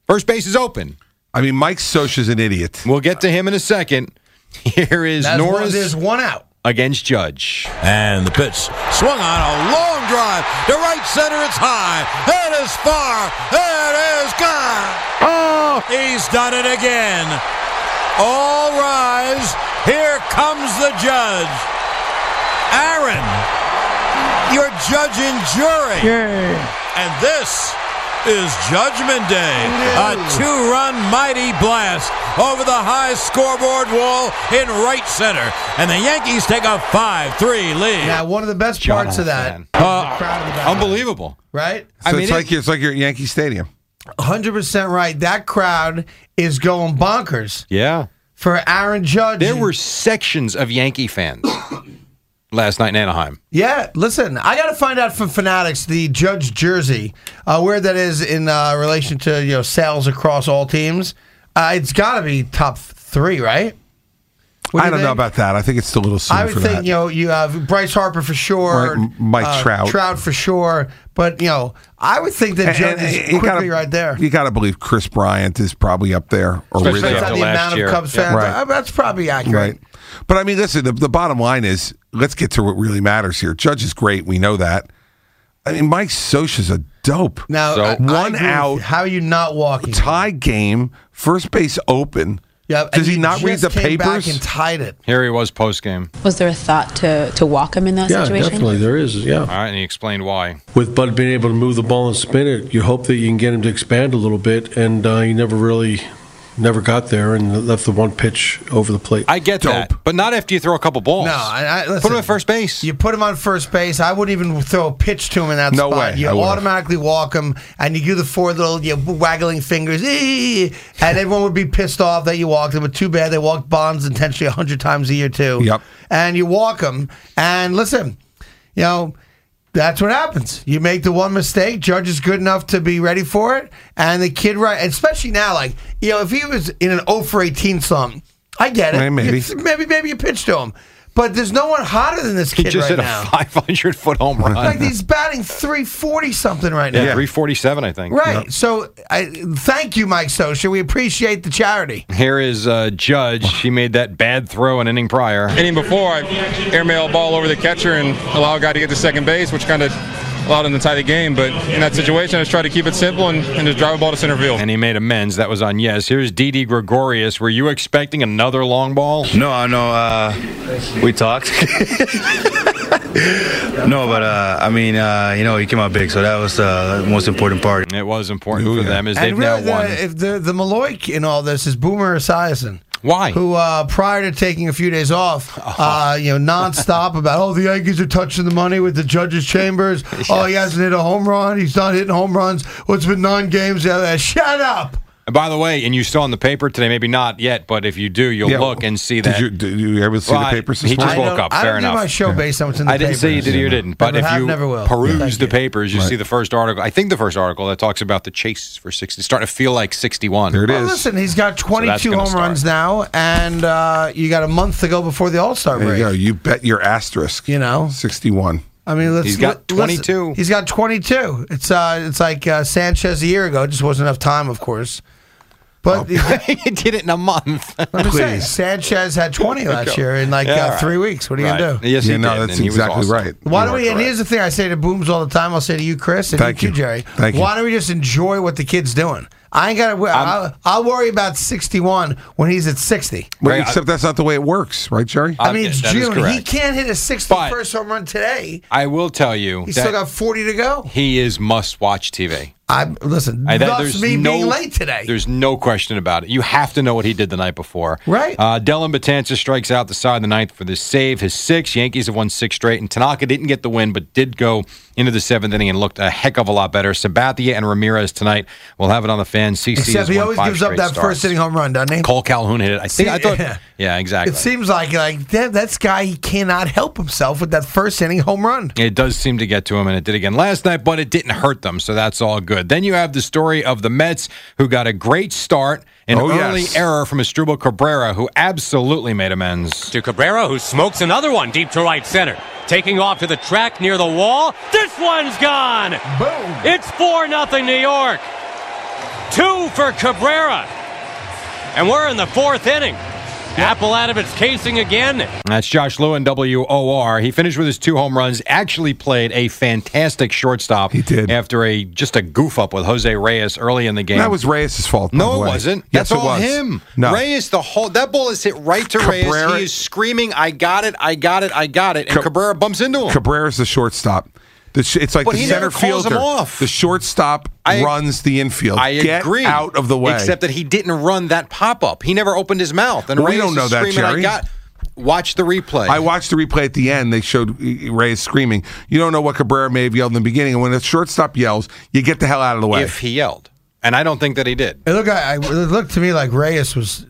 B: First base is open.
A: I mean, Mike Sosha's an idiot.
B: We'll get to him in a second. Here is
H: That's one,
B: Norris
H: there's one out.
B: against Judge.
J: And the pitch swung on a long drive to right center. It's high. It is far. It is gone. Oh, he's done it again. All rise. Here comes the judge. Aaron, your judge and jury. And this is Judgment Day. A two run mighty blast over the high scoreboard wall in right center. And the Yankees take a 5 3 lead.
H: Now, one of the best parts of that,
B: Jonathan.
H: the crowd in the background,
B: Uh, Unbelievable.
H: right?
A: So
B: I mean,
A: it's
B: it-
A: like it's like you're at Yankee Stadium.
H: 100 percent right. That crowd is going bonkers
B: Yeah.
H: for Aaron Judge.
B: There were sections of Yankee fans last night in Anaheim.
H: Yeah, listen, I got to find out from Fanatics the Judge jersey, uh, where that is in uh, relation to you know sales across all teams. Uh, it's got to be top three, right? What do
A: I
H: you
A: don't know
H: think?
A: about that. I think it's still a little soon
H: I would
A: for
H: think
A: that.
H: you know you have Bryce Harper for sure, uh,
A: Right, M- Mike Trout.
H: Trout for sure, but you know I would think that Judge
A: And- and
H: is quickly
A: gotta-
H: right there.
A: You got to believe Chris Bryant is probably up there or
B: Especially
A: Rizzo.
H: Based
B: Yeah,
H: on
B: after
H: the
B: last
H: amount
B: year.
H: of Cubs fans,
A: Right.
H: uh, that's probably accurate.
A: Right. But I mean, listen, the, the bottom line is let's get to what really matters here. Judge is great. We know that. I mean, Mike Sosha's a dope.
H: Now, I- I
A: one
H: agree with
A: out,
H: you. How are you not walking?
A: tie game, first base open.
H: Yeah, and
A: Does he
H: you
A: not read
H: just
A: the
H: came back
A: papers?
H: and tied it?
B: Here he was post game.
L: Was there a thought to, to walk him in that
J: Yeah,
L: situation?
J: definitely there is. Yeah,
B: All right, and he explained why.
J: with Bud being able to move the ball and spin it, you hope that you can get him to expand a little bit, and uh, he never really, never got there, and left the one pitch over the plate.
B: I get that, but not after you throw a couple balls.
H: No, I, I, listen,
B: Put him at first base.
H: You put him on first base. I wouldn't even throw a pitch to him in that
A: No
H: spot.
A: way,
H: You
A: I would've.
H: automatically walk him, and you do the four little you know, waggling fingers, "Ee," and everyone would be pissed off that you walked him. But too bad they walked Bonds intentionally a hundred times a year too.
A: Yep.
H: And you walk him, and listen, you know. That's what happens. You make the one mistake. Judge is good enough to be ready for it, and the kid, right? Especially now, like you know, if he was in an 0 for 18 slump, I get it.
A: Eh, maybe.
H: It's- maybe, maybe you pitch to him, but there's no one hotter than this
B: he
H: kid
B: just
H: right
B: hit
H: now.
B: a 500 foot home run.
H: Like he's batting 340 something right now.
B: yeah, 347, I think.
H: Right. So I thank you, Mike Sosha. We appreciate the charity.
B: Here is uh, Judge. He made that bad throw an inning prior.
J: inning before, I airmailed ball over the catcher and allowed a guy to get to second base, which kind of allowed him to tie the game. But in that situation, I just tried to keep it simple and, and just drive a ball to center field.
B: And he made amends. That was on yes. Here's Didi Gregorius. Were you expecting another long ball?
J: No, I know. Uh, we talked. no, but uh, I mean, uh, you know, he came out big, so that was uh, the most important part.
B: It was important for them as they've
H: and really, uh,
B: now won.
H: the, if the the Malloy in all this is Boomer Esiason.
B: Why?
H: Who, uh, prior to taking a few days off,
B: Oh.
H: uh, you know, nonstop about, oh, the Yankees are touching the money with the judges' chambers. Oh, he hasn't hit a home run. He's not hitting home runs. Well, it's been nine games. the other day." Shut up.
B: And by the way, and you saw in the paper today, maybe not yet, but if you do, you'll
A: Yeah.
B: look and see
A: Did
B: that.
A: you, did you ever see
B: Well,
A: the
B: I-
A: papers this
B: he just
A: morning?
H: I
B: woke
H: don't-
B: up.
H: I
B: Fair
H: don't
B: enough.
H: do my show based on what's in the
B: I didn't say you
H: papers.
B: did or you didn't, but
H: Never
B: if
H: have,
B: you
H: never will.
B: peruse
H: Thank
B: the
H: you.
B: papers, you see the first article. I think the first article that talks about the chase for sixty, it's starting to feel like sixty-one.
A: There it
H: Well,
A: is.
H: listen, he's got 22
B: that's gonna
H: home runs now, and uh, you got a month to go before the All Star
A: There
H: break.
A: you go. You bet your asterisk.
H: You know?
A: 61.
H: I mean, let's,
E: He's got
H: let- let's-
E: 22.
H: He's got 22. It's uh, it's like uh, Sanchez a year ago. It just wasn't enough time, of course. But he
E: did it in a month.
H: I'm just saying,
E: Oh, Please.
H: Sanchez had 20 last year in like
E: Yeah,
H: uh,
E: right.
H: three weeks. What are you gonna
E: Right.
H: do?
E: Yes, he Yeah, no, did, that's and he was exactly awesome. right.
H: Why
E: You
H: don't
E: are
H: we? And here's the thing: I say to Booms all the time. I'll say to you, Chris, and
E: Thank
H: you,
E: you.
H: too, Jerry.
E: Thank you.
H: Why don't we just enjoy what the kid's doing? I ain't gotta. I'll, I'll worry about 61 when he's at 60.
A: Wait, except that's not the way it works, right, Jerry?
H: I mean, it's June. He
B: correct.
H: can't hit a 61st home run today.
B: I will tell you
H: He's
B: that
H: still got 40 to go.
B: he is must-watch TV.
H: I'm listen.
B: I, that,
H: thus
B: there's
H: me
B: no,
H: being late today.
B: There's no question about it. You have to know what he did the night before.
H: Right.
B: Uh, Dylan Batanza strikes out the side of the ninth for the save. His six. Yankees have won six straight. And Tanaka didn't get the win, but did go into the seventh inning and looked a heck of a lot better. Sabathia and Ramirez tonight. We'll have it on the fan. CC has
H: Except he
B: won
H: always
B: five
H: gives up
B: straight
H: that
B: starts.
H: first inning home run, doesn't he?
B: Cole Calhoun hit it. I think.
H: See,
B: I thought.
H: yeah.
B: Yeah, exactly.
H: It seems like like that, that's guy he cannot help himself with that first inning home run.
B: It does seem to get to him, and it did again last night, but it didn't hurt them, so that's all good. Then you have the story of the Mets, who got a great start, an
C: Oh,
B: early
C: yes.
B: error from Estrubel Cabrera, who absolutely made amends.
C: To Cabrera, who smokes another one deep to right center. Taking off to the track near the wall. This one's gone.
H: Boom.
C: It's 4 0 New York. Two for Cabrera. And we're in the fourth inning. Appalachian's casing again.
B: That's Josh Lewin, WOR. He finished with his two home runs, actually played a fantastic shortstop. He did. After a just a goof up with Jose Reyes early in the game.
A: That was Reyes' fault. by
B: No,
A: the
B: it
A: way.
B: wasn't.
A: Yes,
B: That's
A: it
B: all
A: was.
B: him.
A: No.
B: Reyes, the whole that ball is hit right to Reyes.
A: Cabrera-
B: He is screaming, "I got it! I got it! I got it!" And Cabrera bumps into him.
A: Cabrera's the shortstop. The sh- it's like
B: But
A: the
B: he
A: center
B: never calls
A: fielder.
B: him off.
A: The shortstop
B: I-
A: runs the infield.
B: I
A: Get
B: agree.
A: out of the way.
B: Except that he didn't run that pop up. He never opened his mouth. And
A: Well, we
B: Reyes
A: don't know
B: is
A: that,
B: screaming,
A: Jerry.
B: I got. Watch the replay.
A: I watched the replay at the end. They showed uh, Reyes screaming. You don't know what Cabrera may have yelled in the beginning. And when a shortstop yells, you get the hell out of the way.
B: if he yelled, and I don't think that he did.
H: It looked, I, it looked to me like Reyes was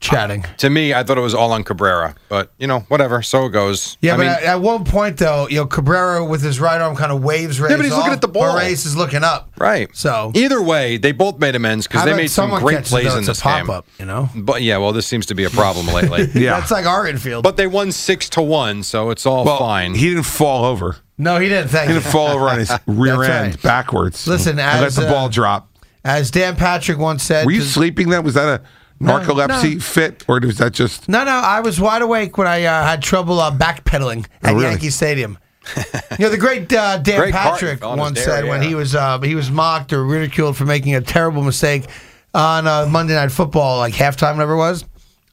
H: chatting.
B: To me, I thought it was all on Cabrera, but you know, whatever. So it goes.
H: Yeah,
B: I
H: but
B: mean,
H: at, at one point though, you know Cabrera with his right arm kind of waves Reyes.
B: Yeah, but he's looking
H: off,
B: at the
H: but
B: ball.
H: Reyes is looking up.
B: Right. So either way, they both made amends because
H: How
B: they
H: about
B: made some
H: someone
B: great
H: catches
B: plays
H: though,
B: in
H: it's a
B: this game.
H: pop-up, you know.
B: But yeah, well, this seems to be a problem lately.
H: That's like our infield.
B: But they won six to one, so it's all
A: Well,
B: fine.
A: He didn't fall over.
H: No, he didn't. Thank
A: He
H: you.
A: didn't fall over on his rear end backwards.
H: Listen,
A: and
H: as,
A: let the
H: uh,
A: ball drop.
H: As Dan Patrick once said,
A: Were you
H: to-
A: sleeping? That was that a
H: No,
A: narcolepsy
H: no.
A: fit, or was that just?
H: No, no, I was wide awake when I uh, had trouble uh, backpedaling at
A: Oh, really?
H: Yankee Stadium. you know, the great uh, Dan
A: Great part
H: Patrick
A: on his
H: once
A: dare,
H: said when
A: yeah.
H: he was uh, he was mocked or ridiculed for making a terrible mistake on uh, Monday Night Football, like halftime, whatever it was.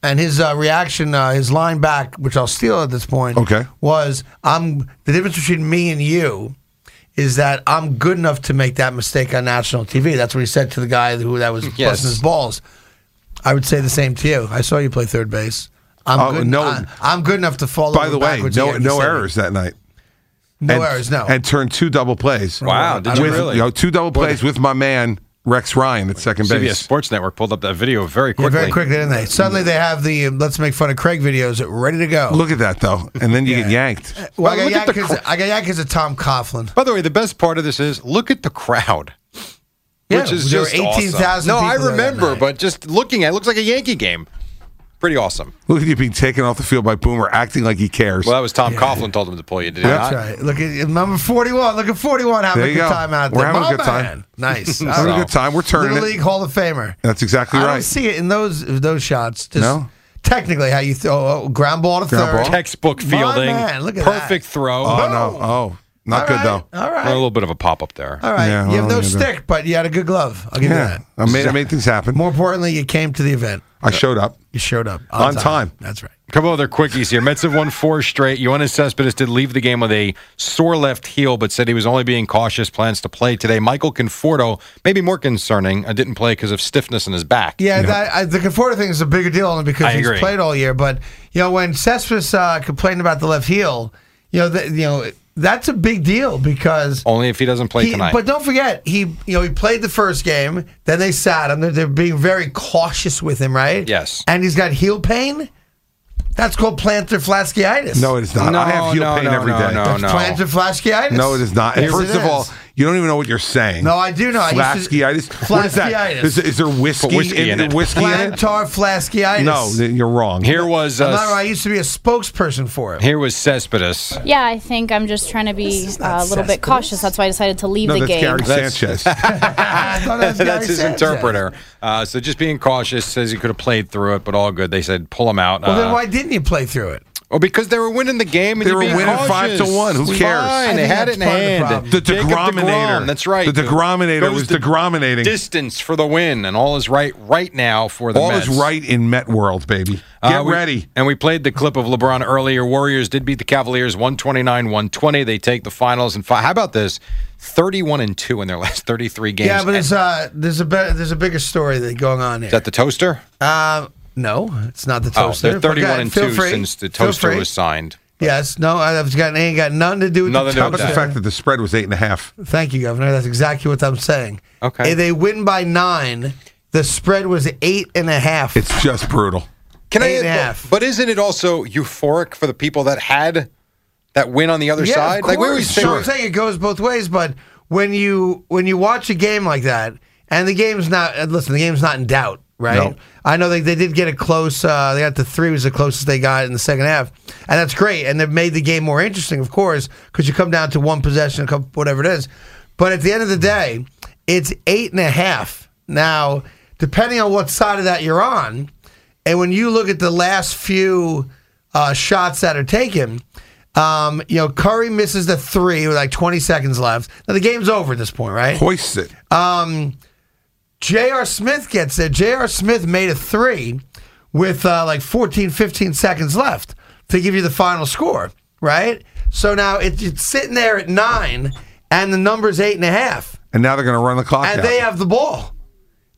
H: And his uh, reaction, uh, his line back, which I'll steal at this point, okay, was I'm the difference between me and you is that I'm good enough to make that mistake on national TV. That's what he said to the guy who that was
A: Yes.
H: busting his balls. I would say the same to you. I saw you play third base. I'm
A: Oh,
H: good.
A: no.
H: I, am good enough to fall.
A: By
H: over
A: the way,
H: backwards
A: no
H: again,
A: no
H: so-
A: errors that night.
H: No
A: And-
H: errors, no.
A: and turned two double plays.
B: Wow, did
A: with,
B: you really?
A: know, two double plays with my man Rex Ryan at second
B: CBS
A: base.
B: Sports Network pulled up that video very
H: Yeah,
B: quickly.
H: very quickly, didn't they? Suddenly they have the um, "Let's Make Fun of Craig" videos ready to go.
A: Look at that though, and then you get yanked.
H: Uh, well,
B: Well,
H: I
B: look
H: got
B: at the
H: yanked 'cause- I got yanked 'cause of Tom Coughlin.
B: By the way, the best part of this is look at the crowd.
H: Yeah,
B: which is
H: there were
B: just
H: 18,000
B: awesome. No, I
H: people there that
B: remember, but just looking at it, looks like a Yankee game. Pretty awesome.
A: Look at you being taken off the field by Boomer, acting like he cares.
B: Well, that was Tom Coughlin told him to pull you. Did he
H: That's
B: not?
H: right. Look at number forty-one. Look at forty-one having
A: There
H: a
A: you
H: good
A: go.
H: time out
A: We're
H: there.
A: having a
H: My
A: good time.
H: man. Nice.
A: We're having a good time. We're turning
H: Little
A: it.
H: League Hall of Famer.
A: That's exactly
H: I don't
A: right.
H: see it in those those shots. Just
A: No.
H: Technically, how you throw oh, ground ball to
A: Ground
H: third.
A: ball.
B: Textbook
H: My
B: fielding.
H: man, look at that.
B: Perfect throw.
A: Oh no! Oh, not good though.
H: All right.
B: A little bit of a pop up there.
H: All right.
A: Yeah,
H: you have
A: well,
H: no
A: you do.
H: stick, but you had a good glove. I'll give
A: Yeah,
H: you
A: I
H: that.
A: made I made things happen.
H: More importantly, you came to the event.
A: I showed up.
H: You showed up
A: On time.
H: That's right.
B: couple other quickies here. Mets have won four straight. Yoenis Cespedes did leave the game with a sore left heel, but said he was only being cautious. Plans to play today. Michael Conforto, maybe more concerning, uh, didn't play because of stiffness in his back.
H: Yeah, That, I, the Conforto thing is a bigger deal only because
B: I
H: he's
B: agree.
H: played all year. But you know, when Cespedes uh, complained about the left heel, you know, that you know that's a big deal because
A: Oh,
B: Only if he doesn't play
H: he-
B: tonight.
H: But don't forget, he you know he played the first game, then they sat him. They're, they're being very cautious with him, right?
B: Yes.
H: And he's got heel pain. That's called plantar fasciitis.
A: No, it is not. I have heel
B: no,
A: pain
B: no,
A: every
B: no,
A: day.
B: no, no.
H: Plantar fasciitis.
A: No, it is not. And
H: Yes,
A: first
H: it
A: of all,
H: is.
A: You don't even know what you're saying.
H: No, I do know. I used to-
A: Flaskyitis. what is that?
H: Flaskyitis.
A: Is, is there whiskey,
H: whiskey
A: in,
H: in it.
A: Whiskey in it?
H: Plantar fasciitis.
A: No, th- you're wrong.
B: Here was
H: I'm
B: uh,
H: not wrong. I used to be a spokesperson for it.
B: here was Cespedes.
L: Yeah, I think I'm just trying to be uh, a little bit cautious. That's why I decided to leave
B: No,
L: the
B: that's
L: game.
B: Gary That's- Sanchez.
H: that was
B: That's
H: Gary
B: his
H: Sanchez.
B: interpreter. Uh, so just being cautious. Says he could have played through it, but all good. They said pull him out.
H: Well, then
B: uh,
H: why didn't you play through it?
B: Well, because they were winning the game. and
H: They
B: you're
H: were
B: being
H: winning
A: five to
B: cautious.
A: one. Who
B: It's
A: cares?
B: fine. They had it in hand.
A: The
B: Jacob
A: degrominator.
B: DeGrom, That's right.
A: The degrominator
B: Goes
A: was
B: the
A: degrominating.
B: Distance for the win, and all is right right now for the
A: All
B: Mets.
A: is right in Met world, baby. Get
B: Uh, we-
A: ready.
B: And we played the clip of LeBron earlier. Warriors did beat the Cavaliers 129 120. They take the finals. And fi- how about this? 31 and 2 in their last 33 games.
H: Yeah, but there's uh, there's a be- there's a bigger story that going on
B: Is
H: here.
B: that the toaster?
H: Uh, no, it's not the
B: Oh,
H: toaster.
B: they're
H: but
B: 31
H: go ahead,
B: and
H: feel
B: 2
H: free.
B: since the
H: Feel
B: toaster
H: free.
B: was signed.
H: Yes, no, I've got ain't got nothing to do with
B: Nothing to
H: the
B: do
A: How
H: toaster.
A: about the fact that the spread was eight and a half?
H: Thank you, Governor. That's exactly what I'm saying.
A: Okay.
H: If they win by nine, the spread was eight and a half.
A: It's just brutal.
B: Can
H: Eight
B: I?
H: and a
B: but-
H: half.
B: But isn't it also euphoric for the people that had that win on the other
H: yeah,
B: side?
H: Of
B: like we
H: course.
B: always say,
H: So I'm saying it goes both ways, but when you when you watch a game like that, and the game's not and listen, the game's not in doubt, right?
M: No.
H: I know they, they did get it close. Uh, they got the three was the closest they got in the second half, and that's great. And it made the game more interesting, of course, because you come down to one possession, a couple- whatever it is. But at the end of the day, it's eight and a half now. Depending on what side of that you're on, and when you look at the last few uh, shots that are taken, um, you know Curry misses the three with like 20 seconds left. Now the game's over at this point, right?
A: Hoist it.
H: Um, J.R. Smith gets there. J.R. Smith made a three with uh, like 14, 15 seconds left to give you the final score, right? So now it, it's sitting there at nine, and the number's eight and a half,
A: And now they're going to run the clock
H: and
A: out.
H: they have the ball.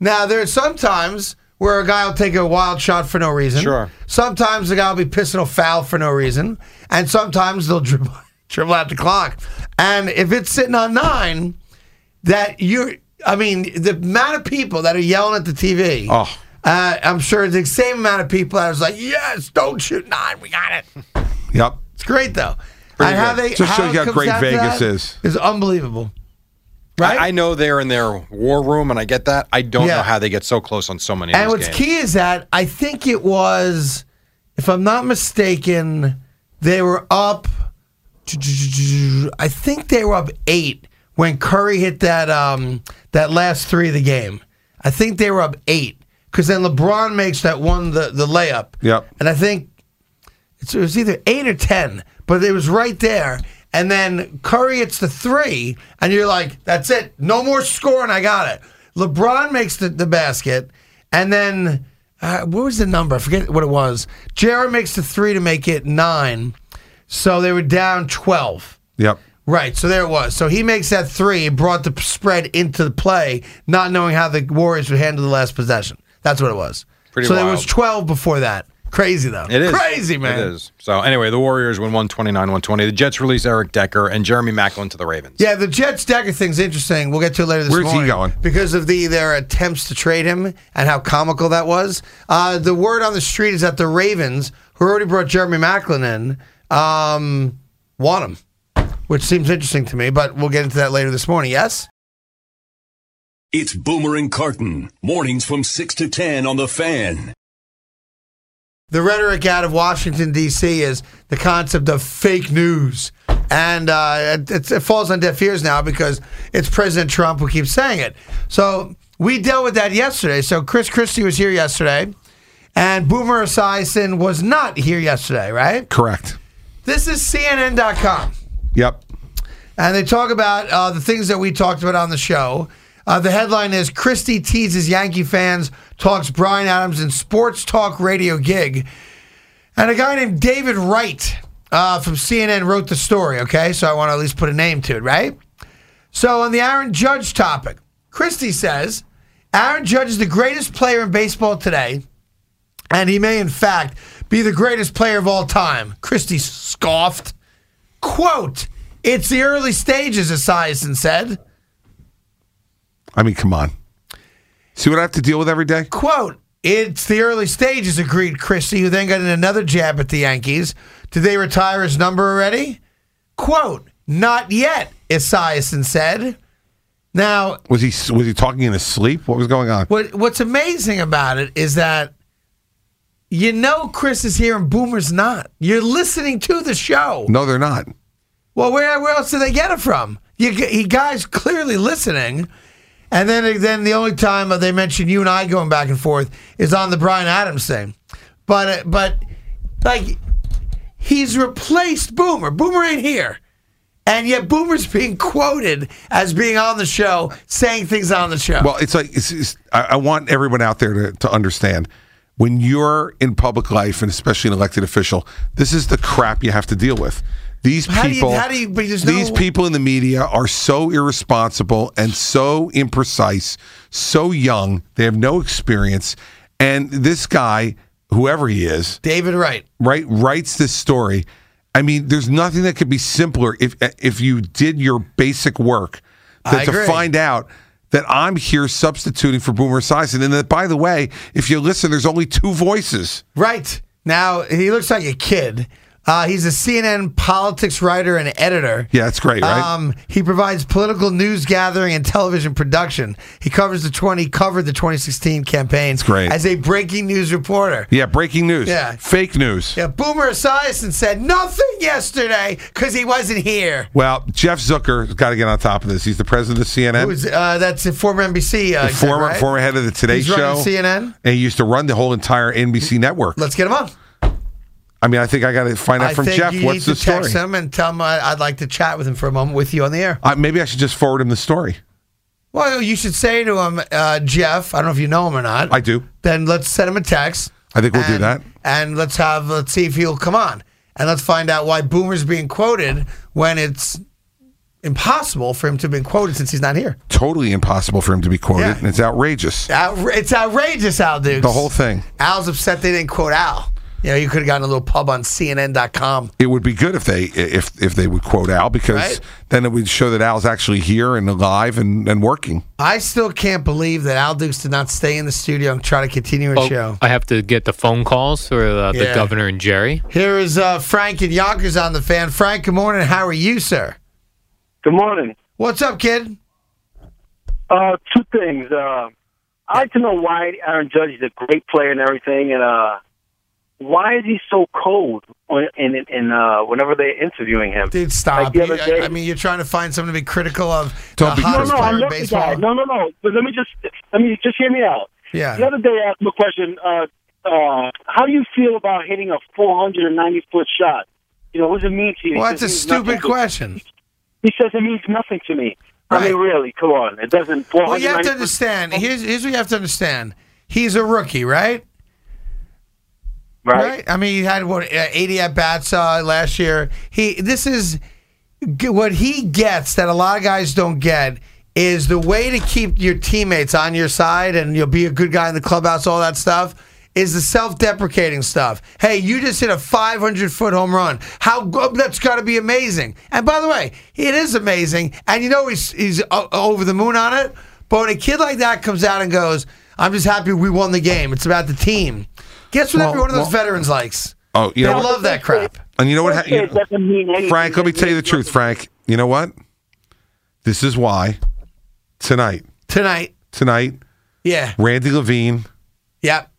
H: Now there's sometimes where a guy will take a wild shot for no reason.
B: Sure.
H: Sometimes the guy will be pissing a foul for no reason, and sometimes they'll dribble, dribble out the clock. And if it's sitting on nine, that you're, I mean, the amount of people that are yelling at the TV.
A: Oh.
H: Uh, I'm sure it's the same amount of people that was like, "Yes, don't shoot nine, we got it."
A: yep.
H: It's great though.
A: Pretty
H: and how
A: good.
H: they
A: Just
H: how
A: shows
H: it
A: you how
H: comes
A: great
H: down to
A: Vegas
H: that
A: is.
H: is unbelievable.
B: right? I, I know they're in their war room, and I get that. I don't
H: Yeah.
B: know how they get so close on so many. of
H: And
B: these
H: what's
B: games.
H: key is that I think it was, if I'm not mistaken, they were up. I think they were up eight when Curry hit that um, that last three of the game. I think they were up eight because then LeBron makes that one the the layup.
A: Yep.
H: And I think it's- it was either eight or ten, but it was right there. And then Curry hits the three, and you're like, "That's it, no more scoring. I got it." LeBron makes the, the basket, and then uh, what was the number? I forget what it was. Jared makes the three to make it nine, so they were down twelve.
A: Yep.
H: Right, so there it was. So he makes that three, brought the spread into the play, not knowing how the Warriors would handle the last possession. That's what it was.
B: Pretty
H: so there was
B: wild.
H: twelve before that. Crazy though.
B: It is
H: crazy, man.
B: It is. So anyway, the Warriors win 129 120. The Jets release Eric Decker and Jeremy Macklin to the Ravens.
H: Yeah, the Jets Decker thing's interesting. We'll get to it later this
B: Where's he
H: morning.
B: going?
H: Because of the their attempts to trade him and how comical that was. Uh, the word on the street is that the Ravens, who already brought Jeremy Macklin in, um, want him, which seems interesting to me. But we'll get into that later this morning. Yes.
F: It's Boomer and Carton. Mornings from 6 to 10 on the fan.
H: the rhetoric out of Washington D.C. is the concept of fake news, and uh, it, it's- it falls on deaf ears now because it's President Trump who keeps saying it. So we dealt with that yesterday. So Chris Christie was here yesterday, and Boomer Esiason was not here yesterday, right?
A: Correct.
H: This is CNN.com
A: Yep.
H: and they talk about uh, the things that we talked about on the show. Uh, the headline is Christie teases Yankee fans, talks Brian Adams in sports talk radio gig. And a guy named David Wright uh, from CNN wrote the story, okay? So I want to at least put a name to it, right? So on the Aaron Judge topic, Christie says Aaron Judge is the greatest player in baseball today, and he may, in fact, be the greatest player of all time. Christie scoffed. Quote, it's the early stages, Esiason said.
A: I mean, come on. See what I have to deal with every day?
H: Quote, it's the early stages, agreed Christie, who then got in another jab at the Yankees. Did they retire his number already? Quote, not yet, Esiason said. Now,
A: Was he was he talking in his sleep? What was going on?
H: What What's amazing about it is that you know Chris is here and Boomer's not. You're listening to the show.
A: No, they're not.
H: Well, where where else do they get it from? You, g- you guys clearly listening. And then then the only time they mention you and I going back and forth is on the Brian Adams thing. But uh, but like he's replaced Boomer. Boomer ain't here. And yet Boomer's being quoted as being on the show, saying things on the show.
A: Well, it's like it's, it's, I, I want everyone out there to, to understand when you're in public life and especially an elected official, this is the crap you have to deal with. These
H: How do you-
A: people,
H: how do you- but there's
A: these
H: no-
A: people in the media are so irresponsible and so imprecise, so young. They have no experience, and this guy, whoever he is,
H: David Wright,
A: right, writes this story. I mean, there's nothing that could be simpler if if you did your basic work than
H: I
A: to
H: agree.
A: find out that I'm here substituting for Boomer Esiason, and that by the way, if you listen, there's only two voices.
H: Right. Now, he looks like a kid. Uh, he's a CNN politics writer and editor.
A: Yeah, that's great, right?
H: Um, he provides political news gathering and television production. He covers the 20 covered the 2016 campaign
A: great.
H: as a breaking news reporter.
A: yeah, breaking news.
H: yeah.
A: fake news.
H: Yeah, Boomer Esiason said nothing yesterday because he wasn't here.
A: Well, Jeff Zucker has got to get on top of this. He's the president of CNN.
H: Who is, uh, that's a former NBC. Uh,
A: the
H: exec,
A: former
H: right?
A: former head of the Today
H: He's
A: Show,
H: running CNN.
A: and he used to run the whole entire NBC network.
H: Let's get him on.
A: I mean, I think I got to find out
H: I
A: from
H: think
A: Jeff
H: you
A: what's
H: need
A: the
H: to
A: story.
H: text him and tell him I, I'd like to chat with him for a moment with you on the air.
A: Uh, maybe I should just forward him the story.
H: Well, you should say to him, uh, Jeff. I don't know if you know him or not.
A: I do.
H: Then let's send him a text.
A: I think we'll do
H: and-
A: that.
H: And let's have let's see if he'll come on, and let's find out why Boomer's being quoted when it's impossible for him to have been quoted since he's not here.
A: Totally impossible for him to be quoted,
H: Yeah.
A: and it's outrageous.
H: Outra- it's outrageous, Al Dukes.
A: The whole thing.
H: Al's upset they didn't quote Al. You know, you could have gotten a little pub on CNN.com.
A: It would be good if they if if they would quote Al because
H: Right.
A: then it would show that Al's actually here and alive and, and working.
H: I still can't believe that Al Dukes did not stay in the studio and try to continue a
M: Oh,
H: show.
M: I have to get the phone calls for uh, the
H: Yeah.
M: governor and Jerry.
H: Here is uh, Frank and Yonkers on the fan. Frank, good morning. How are you, sir?
N: Good morning.
H: What's up, kid?
N: Uh, two things. Uh, I'd like to know why Aaron Judge is a great player and everything, and uh, why is he so cold when, in, in uh, whenever they're interviewing him?
H: Dude, stop.
N: Like the other
H: You-
N: day-
H: I, I mean, you're trying to find someone to be critical of the
N: no,
H: hottest
N: no, I
H: player in
N: love the guy.
H: baseball.
N: No, no, no. But let me just let me just hear me out.
H: Yeah.
N: The other day, I asked him a question. Uh, uh, how do you feel about hitting a 490 foot shot? You know, what does it mean to you? He
H: Well,
N: says
H: that's a
N: it means nothing
H: stupid
N: to-
H: question.
N: He says it means nothing to me. I mean, really, come on. It doesn't.
H: Well, you have
N: 490
H: to understand. Here's, here's what you have to understand. He's a rookie, right?
N: Right.
H: I mean, he had what uh, 80 at bats uh, last year. He this is g- what he gets that a lot of guys don't get is the way to keep your teammates on your side and you'll be a good guy in the clubhouse, all that stuff. Is the self-deprecating stuff? Hey, you just hit a 500-foot home run. How good? That's got to be amazing. And by the way, it is amazing. And you know he's he's o- over the moon on it. But when a kid like that comes out and goes, "I'm just happy we won the game. It's about the team." Guess what?
A: Well,
H: every one of those
A: well-
H: veterans likes.
A: Oh, you
H: they
A: know what-
H: love that crap.
A: And you know what? ha- you-
N: doesn't mean anything.
A: Frank, let me tell you the truth, Frank. You know what? This is why tonight,
H: Tonight,
A: tonight,
H: yeah,
A: Randy Levine,
H: yep,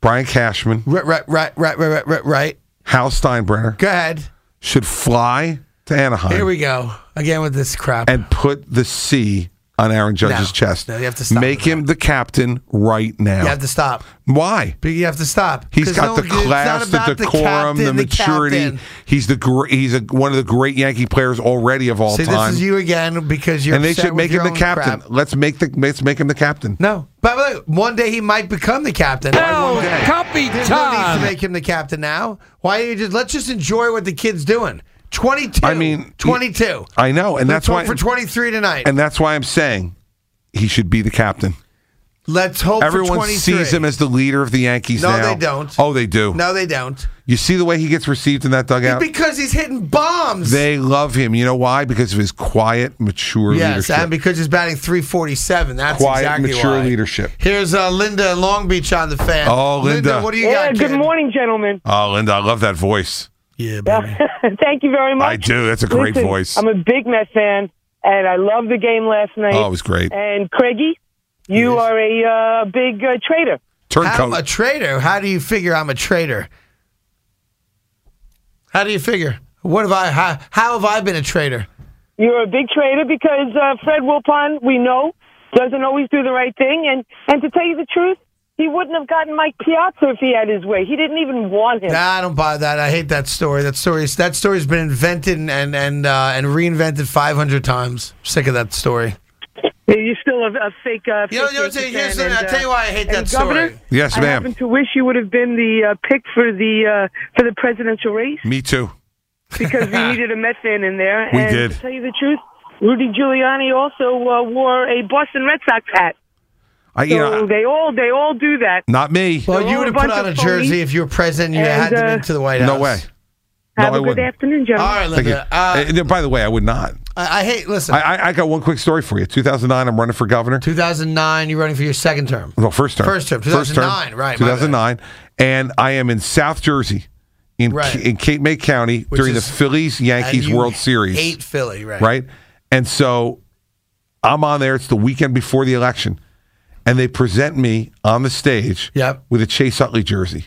A: Brian Cashman,
H: right, right, right, right, right, right, right, right.
A: Hal Steinbrenner
H: Go ahead.
A: should fly to Anaheim.
H: Here we go again with this crap.
A: and put the C on Aaron Judge's
H: No.
A: chest.
H: No, you have to stop
A: Make him the captain right now.
H: you have to stop.
A: Why?
H: But you have to stop.
A: He's
H: 'Cause
A: got
H: no-
A: the
H: it's not
A: class, the
H: about
A: decorum, the,
H: captain,
A: maturity.
H: captain.
A: he's the gr- he's a, one of the great Yankee players already of all
H: See,
A: time.
H: this is you again because you're.
A: and they
H: upset
A: should
H: with
A: make him
H: your
A: the
H: own
A: captain.
H: crap.
A: Let's make the let's make him the captain.
H: No, by the way, one day he might become the captain.
A: Now,
H: copy There's no need to make him the captain now. Why don't you just let's just enjoy what the kid's doing? Twenty two. I mean, twenty two.
A: I know, and that's why
H: for twenty three tonight.
A: and that's why I'm saying he should be the captain.
H: Let's hope for
A: Everyone
H: 23.
A: sees him as the leader of the Yankees
H: No,
A: now.
H: they don't.
A: Oh, they do.
H: No, they don't.
A: You see the way he gets received in that dugout?
H: Because he's hitting bombs.
A: They love him. You know why? Because of his quiet, mature
H: yes,
A: leadership.
H: and because he's batting 347. That's
A: quiet,
H: exactly
A: mature
H: why.
A: leadership.
H: Here's uh, Linda in Long Beach on the fan.
A: Oh, Linda.
H: what do you
O: yeah,
H: got?
O: good
H: kid?
O: morning, gentlemen.
A: Oh, Linda, I love that voice.
H: Yeah,
O: Thank you very much.
A: I do. That's a great
O: Listen,
A: voice.
O: I'm a big Met fan. and I loved the game last night.
A: Oh, it was great.
O: And Craigie, you are a uh, big uh, traitor.
H: I'm a traitor. How do you figure I'm a traitor? How do you figure? What have I? How, how have I been a traitor?
O: You're a big traitor because uh, Fred Wilpon, we know, doesn't always do the right thing. And, and to tell you the truth, he wouldn't have gotten Mike Piazza if he had his way. He didn't even want him.
H: Nah, I don't buy that. I hate that story. That story. That story's been invented and and and, uh, and reinvented 500 times. Sick of that story.
O: You're still a, a fake. Uh,
H: You know- you
O: fake
H: know what I'm saying?
O: Yankee
H: Here's
O: fan,
H: the- I'll
O: and,
H: tell you why I hate
O: and
H: that
O: Governor,
H: story. Yes,
O: I
A: ma'am.
O: happen to wish you would have been the uh, pick for the uh, for the presidential race
A: Me too.
O: because we needed a Met fan in there.
A: We
O: and
A: did.
O: To tell you the truth, Rudy Giuliani also uh, wore a Boston Red Sox hat.
A: I,
O: so
A: you know,
O: they all they all do that.
A: not me.
H: Well,
O: They're
H: you
O: all
H: would have
O: a
H: put
O: bunch
H: on a
O: of
H: jersey
O: phonies.
H: if you were president. You
O: And,
H: had
O: uh,
H: them into the White House.
A: No way. no,
O: Have a
A: I
O: good
A: wouldn't.
O: afternoon, gentlemen.
H: All right,
A: Thank you.
H: Linda. Uh,
A: Eh, by the way, I would not.
H: I, I hate. Listen,
A: I, I, I got one quick story for you. 2009, I'm running for governor.
H: 2009. You're running for your second term.
A: No, first term.
H: First term, 2009, right, my bad.
A: 2009. And I am in South Jersey in,
H: Right.
A: in Cape May County
H: Which
A: during
H: is-
A: the Phillies Yankees
H: And you
A: World Series.
H: Hate Philly, right?
A: right? And so I'm on there. It's the weekend before the election, and they present me on the stage
H: Yep.
A: with a Chase Utley jersey,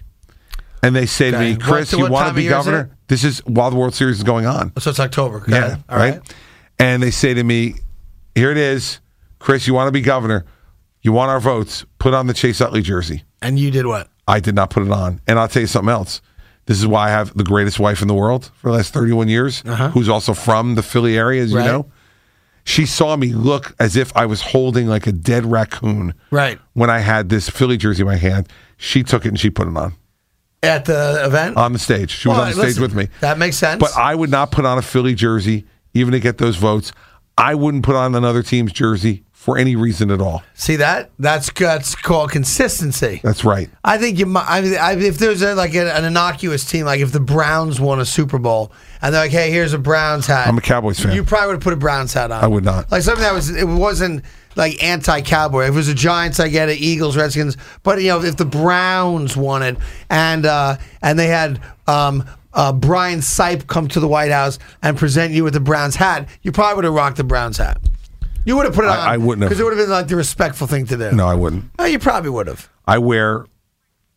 A: and they say
H: Okay.
A: to me, "Chris,
H: What-
A: you
H: what
A: want
H: time
A: to
H: of
A: be
H: year is
A: governor? This is while the World Series is going on."
H: So it's October. Go
A: yeah,
H: ahead. All
A: right? And they say to me, "Here it is, Chris. You want to be governor? You want our votes? Put on the Chase Utley jersey."
H: And you did what?
A: I did not put it on. And I'll tell you something else. This is why I have the greatest wife in the world for the last 31 years, who's also from the Philly area, as
H: Uh-huh. Right.
A: you know. She saw me look as if I was holding like a dead raccoon
H: Right.
A: when I had this Philly jersey in my hand. She took it and she put it on
H: At the event.
A: on the stage. She Uh, was
H: Well,
A: on the stage
H: listen,
A: with me.
H: That makes sense.
A: But uh, I would not put on a Philly jersey even to get those votes. I wouldn't put on another team's jersey for any reason at all.
H: See that? That's that's called consistency.
A: That's right.
H: I think you might. I mean, I, if there's a, like an, an innocuous team, like if the Browns won a Super Bowl and they're like, "Hey, here's a Browns hat,"
A: I'm a Cowboys fan.
H: You probably would have put a Browns hat on.
A: I would not.
H: Like something that was it wasn't like anti-cowboy. If it was the Giants, I get it. Eagles, Redskins, but you know if the Browns won it and uh, and they had um, uh, Brian Sipe come to the White House and present you with the Browns hat, you probably would have rocked the Browns hat. You would have put it
A: I-
H: on.
A: I wouldn't have.
H: because it would have been like the respectful thing to do.
A: No, I wouldn't.
H: Oh, you probably would have.
A: I wear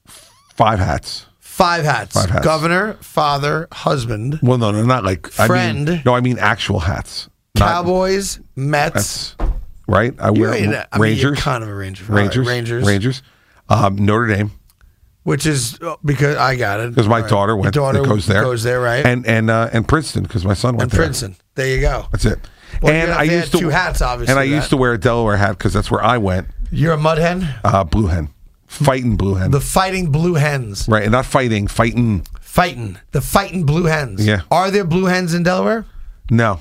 A: five hats.
H: Five hats.
A: Five hats.
H: Governor, father, husband,
A: Well, no, no, not like I mean,
H: Friend.
A: no, I mean actual hats. Not
H: Cowboys, Mets.
A: hats, right? I wear
H: ain't a- I mean,
A: Rangers.
H: you're kind of a Ranger fan.
A: Rangers.
H: All right, Rangers.
A: Rangers. Um, Notre Dame
H: Which is oh, because I got it.
A: because my
H: All right.
A: daughter went.
H: Your daughter
A: goes there.
H: Goes there, right?
A: And and uh, and Princeton because my son went
H: And
A: there.
H: Princeton. There you go.
A: That's it.
H: Well, you
A: and
H: have
A: I
H: to
A: used
H: add
A: to
H: two hats, obviously,
A: And I
H: to
A: used
H: that.
A: to wear a Delaware hat because that's where I went.
H: You're a mud hen.
A: Uh, blue hen, fighting blue hen.
H: The fighting blue hens.
A: right, and not fighting, fighting.
H: Fighting. The fighting blue hens.
A: Yeah.
H: Are there blue hens in Delaware?
A: No,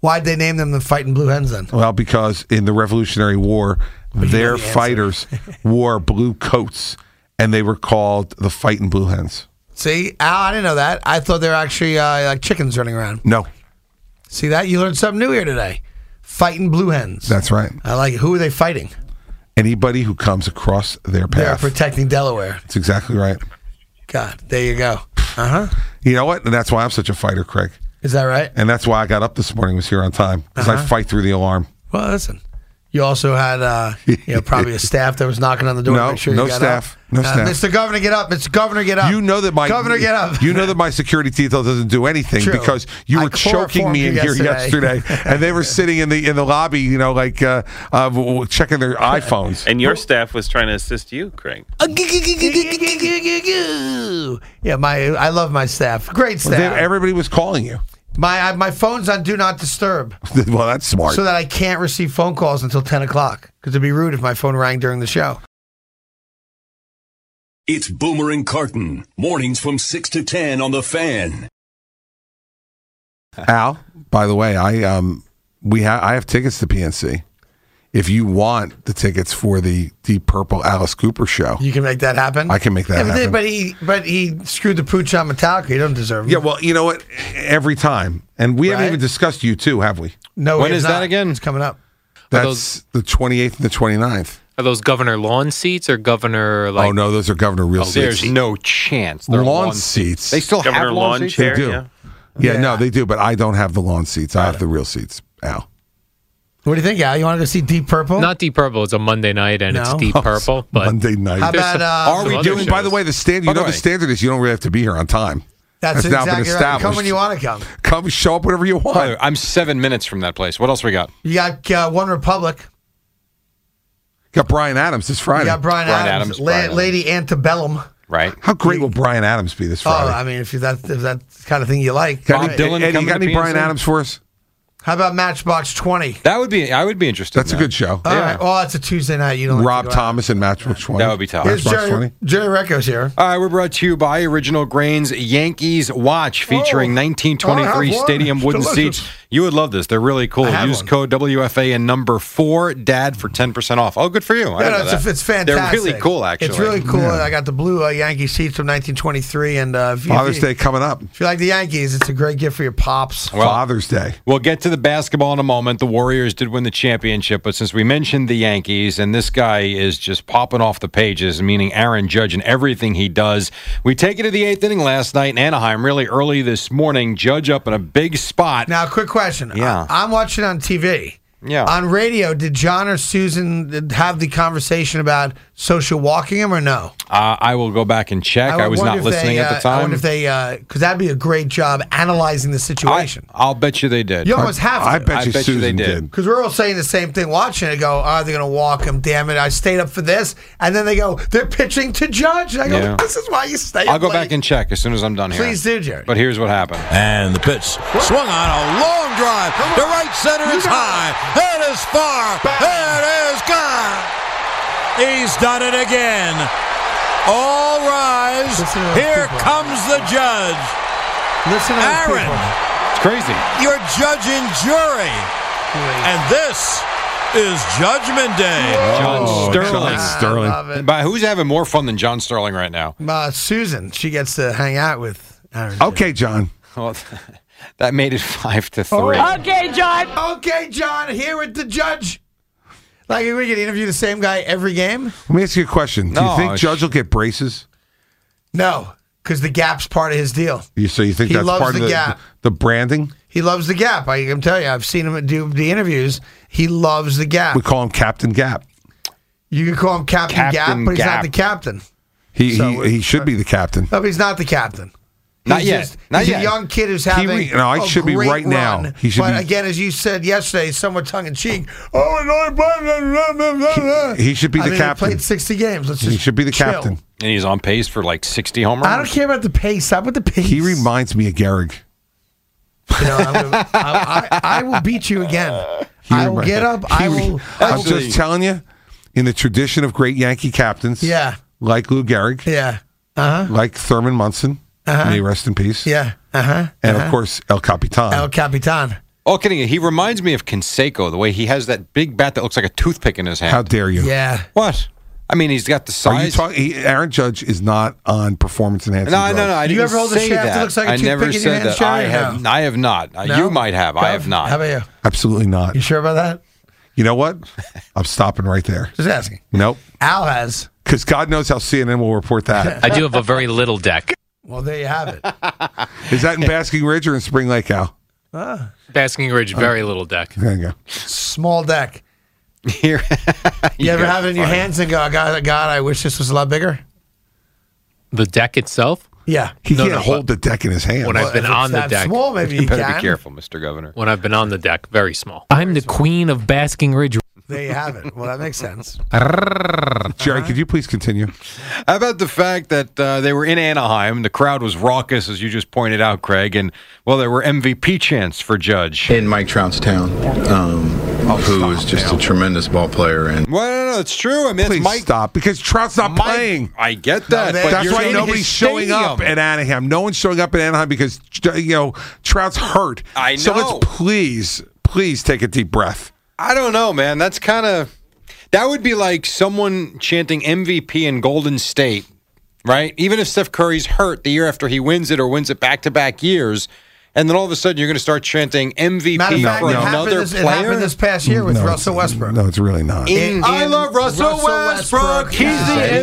H: Why'd they name them the fighting blue hens then?
A: Well, because in the Revolutionary War, their
H: the answer.
A: fighters wore blue coats, and they were called the Fighting Blue Hens.
H: See, Al, I didn't know that. I thought they were actually uh, like chickens running around.
A: No,
H: See that? You learned something new here today. Fighting blue hens.
A: that's right.
H: I like it. Who are they fighting?
A: Anybody who comes across their
H: They're
A: path,
H: protecting Delaware.
A: that's exactly right.
H: God, there you go. Uh huh.
A: You know what? And that's why I'm such a fighter, Craig.
H: Is that right?
A: And that's why I got up this morning, was here on time, because I
H: Uh-huh.
A: fight through the alarm.
H: Well, listen. You also had, uh, you know, probably a staff that was knocking on the door. to
A: No,
H: make sure
A: no
H: you got
A: staff.
H: Up.
A: No
H: Uh,
A: staff.
H: Mr. Governor, get up. Mr. Governor, get up.
A: You know that my
H: governor, get up.
A: You know that my security detail doesn't do anything
H: True.
A: because you
H: I
A: were choking
H: chloroformed
A: me
H: you
A: in here
H: yesterday.
A: yesterday, and they were sitting in the in the lobby, you know, like uh, uh, w- w- checking their iPhones.
D: And your staff was trying to assist you, Craig.
H: yeah, my I love my staff. Great
A: Well,
H: staff.
A: they- everybody was calling you.
H: my I, my phone's on do not disturb,
A: well, that's smart.
H: so that I can't receive phone calls until ten o'clock. Because it'd be rude if my phone rang during the show.
F: It's Boomer and Carton. Mornings from 6 to 10 on the fan.
A: Al, by the way, I um we have I have tickets to PNC. If you want the tickets for the Deep Purple Alice Cooper show,
H: You can make that happen.
A: I can make that
H: Yeah, but,
A: happen.
H: but he but he screwed the pooch on Metallica. He doesn't deserve. 'em.
A: yeah, well, you know what? Every time, and we haven't
H: Right?
A: even discussed you too, have we?
H: No.
B: When
H: he
B: is that again?
H: It's coming up.
A: That's
M: those-
A: the 28th and the 29th.
M: Are those governor lawn seats or governor like?
A: oh no, those are governor real seats.
B: There's no chance. They're
A: lawn,
B: lawn
A: seats.
B: They still
D: Governor
B: have lawn
D: Lawn
B: seats.
D: Chair.
A: do.
D: Yeah.
A: Yeah, no, they do, but I don't have the lawn seats. I have the real seats. Al,
H: What do you think, Al? You want to go see Deep Purple?
M: Not Deep Purple. It's a Monday night, and it's
H: No.
M: Deep
H: Oh,
M: Purple. But
A: Monday night.
H: How about, uh,
A: Are we doing? By the way, the standard. You know, the standard is you don't really have to be here on time.
H: That's,
A: now
H: exactly
A: been
H: right.
A: established.
H: Come when you want to come.
A: Come, show up whenever you want.
B: I'm seven minutes from that place. What else we got?
H: You got uh, One Republic.
A: Got Brian Adams this Friday.
H: You got Brian, Adams, La-
A: Brian Adams.
H: Lady Antebellum.
B: Right.
A: How great will Brian Adams be this
H: Oh,
A: Friday?
H: I mean, if you- that if that kind of thing you like,
A: Got any-
H: Right.
A: Eddie, you got any Brian Adams for us?
H: How about Matchbox Twenty?
B: That would be. I would be interested.
A: That's a good show.
H: All right. Well, it's a Tuesday night. You don't like
A: Rob
H: to go out.
A: Thomas and Matchbox Twenty.
B: That would be tough.
H: Here's
B: Matchbox
H: Jerry,
B: 20?
H: Jerry Recco's here.
B: All right, we're brought to you by Original Grains Yankees Watch featuring
H: I
B: 1923
H: have one.
B: stadium wooden
H: Delicious.
B: seats. You would love this. They're really cool. Use code WFA and number four DAD for 10% off. Oh, good for you. I
H: No,
B: didn't
H: no,
B: know
H: it's,
B: that.
H: it's fantastic.
B: They're really cool, actually.
H: It's really cool. I got the blue uh, Yankee seats from 1923, and uh, if you-
A: Father's
H: if you-
A: Day coming up.
H: If you like the Yankees, it's a great gift for your pops.
A: Father's Day.
B: We'll get to the basketball in a moment. The Warriors did win the championship, but since we mentioned the Yankees and this guy is just popping off the pages, meaning Aaron Judge and everything he does, we take it to the eighth inning last night in Anaheim, really early this morning. Judge up in a big spot.
H: Now, quick question.
B: Yeah.
H: I, am watching on TV.
B: Yeah.
H: On radio, did John or Susan did- have the conversation about social walking him or no?
B: Uh, I will go back and check. I,
H: would
B: was
H: wonder
B: not
H: if they,
B: listening at the
H: uh, I
B: time.
H: wonder if they, because that'd be a great job analyzing the situation.
B: I'll bet you they did.
H: You almost have to.
B: I bet you, they
H: Susan
B: did.
H: Because we're all saying the same thing, watching it. Go, oh, they're going to walk him. Damn it! I stayed up for this, and then they go, they're pitching to Judge. And I go,
B: Yeah.
H: this is why you stay.
B: I'll
H: up
B: go
H: late.
B: back and check as soon as I'm done here.
H: Please do, Jerry.
B: But here's what happened. And the pitch.
J: Swung on a long drive. The right center is high. It is far. It is gone. He's done it again. All rise. Here comes the judge.
H: Listen,
J: Aaron,
B: It's crazy.
J: you're judge and jury, and this is Judgment Day.
B: Oh, John Sterling.
H: love it.
B: By who's having more fun than John Sterling right now?
H: Uh, Susan, she gets to hang out with Aaron.
A: Okay, John.
B: Well, that made it five to three.
H: Okay, John. Okay, John. Here with the judge. Like we could interview the same guy every game.
A: Let me ask you a question. Do
H: No,
A: you think
H: sh-
A: Judge will get braces?
H: No, because the gap's part of his deal.
A: You so you think
H: He
A: that's
H: loves
A: part
H: the
A: of the,
H: gap.
A: the branding?
H: He loves the gap. I can tell you. I've seen him do the interviews. He loves the gap.
A: We call him Captain Gap.
H: You can call him Captain,
A: Captain
H: Gap, but he's not
A: Gap.
H: the captain.
A: He
H: So
A: he, he should be the captain.
H: No, but he's not the captain.
A: Not
H: He's
A: yet.
H: just-
A: Not
H: he's
A: yet.
H: a young kid who's
A: He
H: having.
A: re- no, I
H: a
A: should be
H: great
A: right now.
H: run,
A: He should
H: but
A: be-
H: again, as you said yesterday, somewhat tongue in cheek. Oh, another blah, blah, blah, blah, blah, blah.
A: he should be
H: I
A: the
H: mean, he
A: captain.
H: Played sixty games. Let's
A: He
H: just
A: should be the
H: chill.
A: captain.
B: And he's on pace for like 60 home runs.
H: I don't care about the pace. Stop with the pace.
A: He reminds me of Gehrig.
H: You know, I'm gonna- I, I, I will beat you again.
A: He
H: I will
A: remi-
H: get up. I
A: he re-
H: will. I
A: I'm
H: will-
A: just telling you, in the tradition of great Yankee captains,
H: Yeah.
A: like Lou Gehrig,
H: yeah, uh huh,
A: like Thurman Munson,
H: Uh-huh.
A: may he rest in peace,
H: yeah, uh huh,
A: and of course El Capitan.
H: El Capitan.
B: Oh, kidding. He reminds me of Conseco, the way he has that big bat that looks like a toothpick in his hand.
A: How dare you?
H: Yeah.
B: What? I mean, he's got the size.
A: Are you talking? Aaron Judge is not on performance enhancing.
B: No, no,
A: drugs.
B: no. I
H: You
B: didn't
H: ever hold a
B: say
H: shaft that
B: that.
H: looks like a
B: I never
H: toothpick in your
B: said
H: hand,
B: that.
H: Sherry,
B: I
H: or
B: have. I have not. Uh,
H: No?
B: You might have. I have not.
H: How about you?
A: Absolutely not.
H: You sure about that?
A: You know what? I'm stopping right there.
H: Just asking.
A: Nope.
H: Al has.
A: Because God knows how CNN will report that.
M: I do have a very little deck.
H: Well, there you have it.
A: Is that in Basking Ridge or in Spring Lake, Al?
H: Ah,
M: Basking Ridge, very little deck.
A: There you go.
H: small deck.
B: Here.
H: You, ever
M: guys
H: have it in your
M: are funny.
H: hands and go, God, God, I wish this was a lot bigger?
M: The deck itself.
H: Yeah.
A: He
M: No,
A: can't
M: no,
A: hold the deck in his hand.
M: When I've been
H: If it's
M: on the
H: that
M: deck.
H: small, maybe you
B: better be
H: can.
B: careful, Mr. Governor.
M: When I've been on the deck, very small. I'm the queen of Basking Ridge.
H: There you have it. Well, that makes sense.
A: Jerry, could you please continue?
B: How about the fact that uh, they were in Anaheim? The crowd was raucous, as you just pointed out, Craig. And, well, there were MVP chants for Judge.
P: in Mike Trout's town, um,
B: Oh,
P: who is just a tremendous ball player. And
B: Well, no, no, it's true. I mean,
A: Please
B: it's Mike.
A: stop because Trout's not
B: Mike-
A: playing.
B: I get that. but
A: That's
B: you're
A: why
B: in
A: nobody's
B: his
A: showing up
B: stadium.
A: at Anaheim. No one's showing up at Anaheim because you know Trout's hurt.
B: I
A: So
B: know.
A: let's please, please take a deep breath.
B: I don't know, man. That's kind of that would be like someone chanting MVP in Golden State, right? Even if Steph Curry's hurt the year after he wins it or wins it back to back years, and then all of a sudden you're going to start chanting MVP
H: Matter of fact,
B: for
H: it, happened
B: another
H: this, it
B: player.
H: happened this past year with
A: No,
H: Russell
A: it's-
H: Westbrook.
A: No, it's really not.
B: In- I
H: in
B: love Russell, Westbrook. He's
H: Yeah.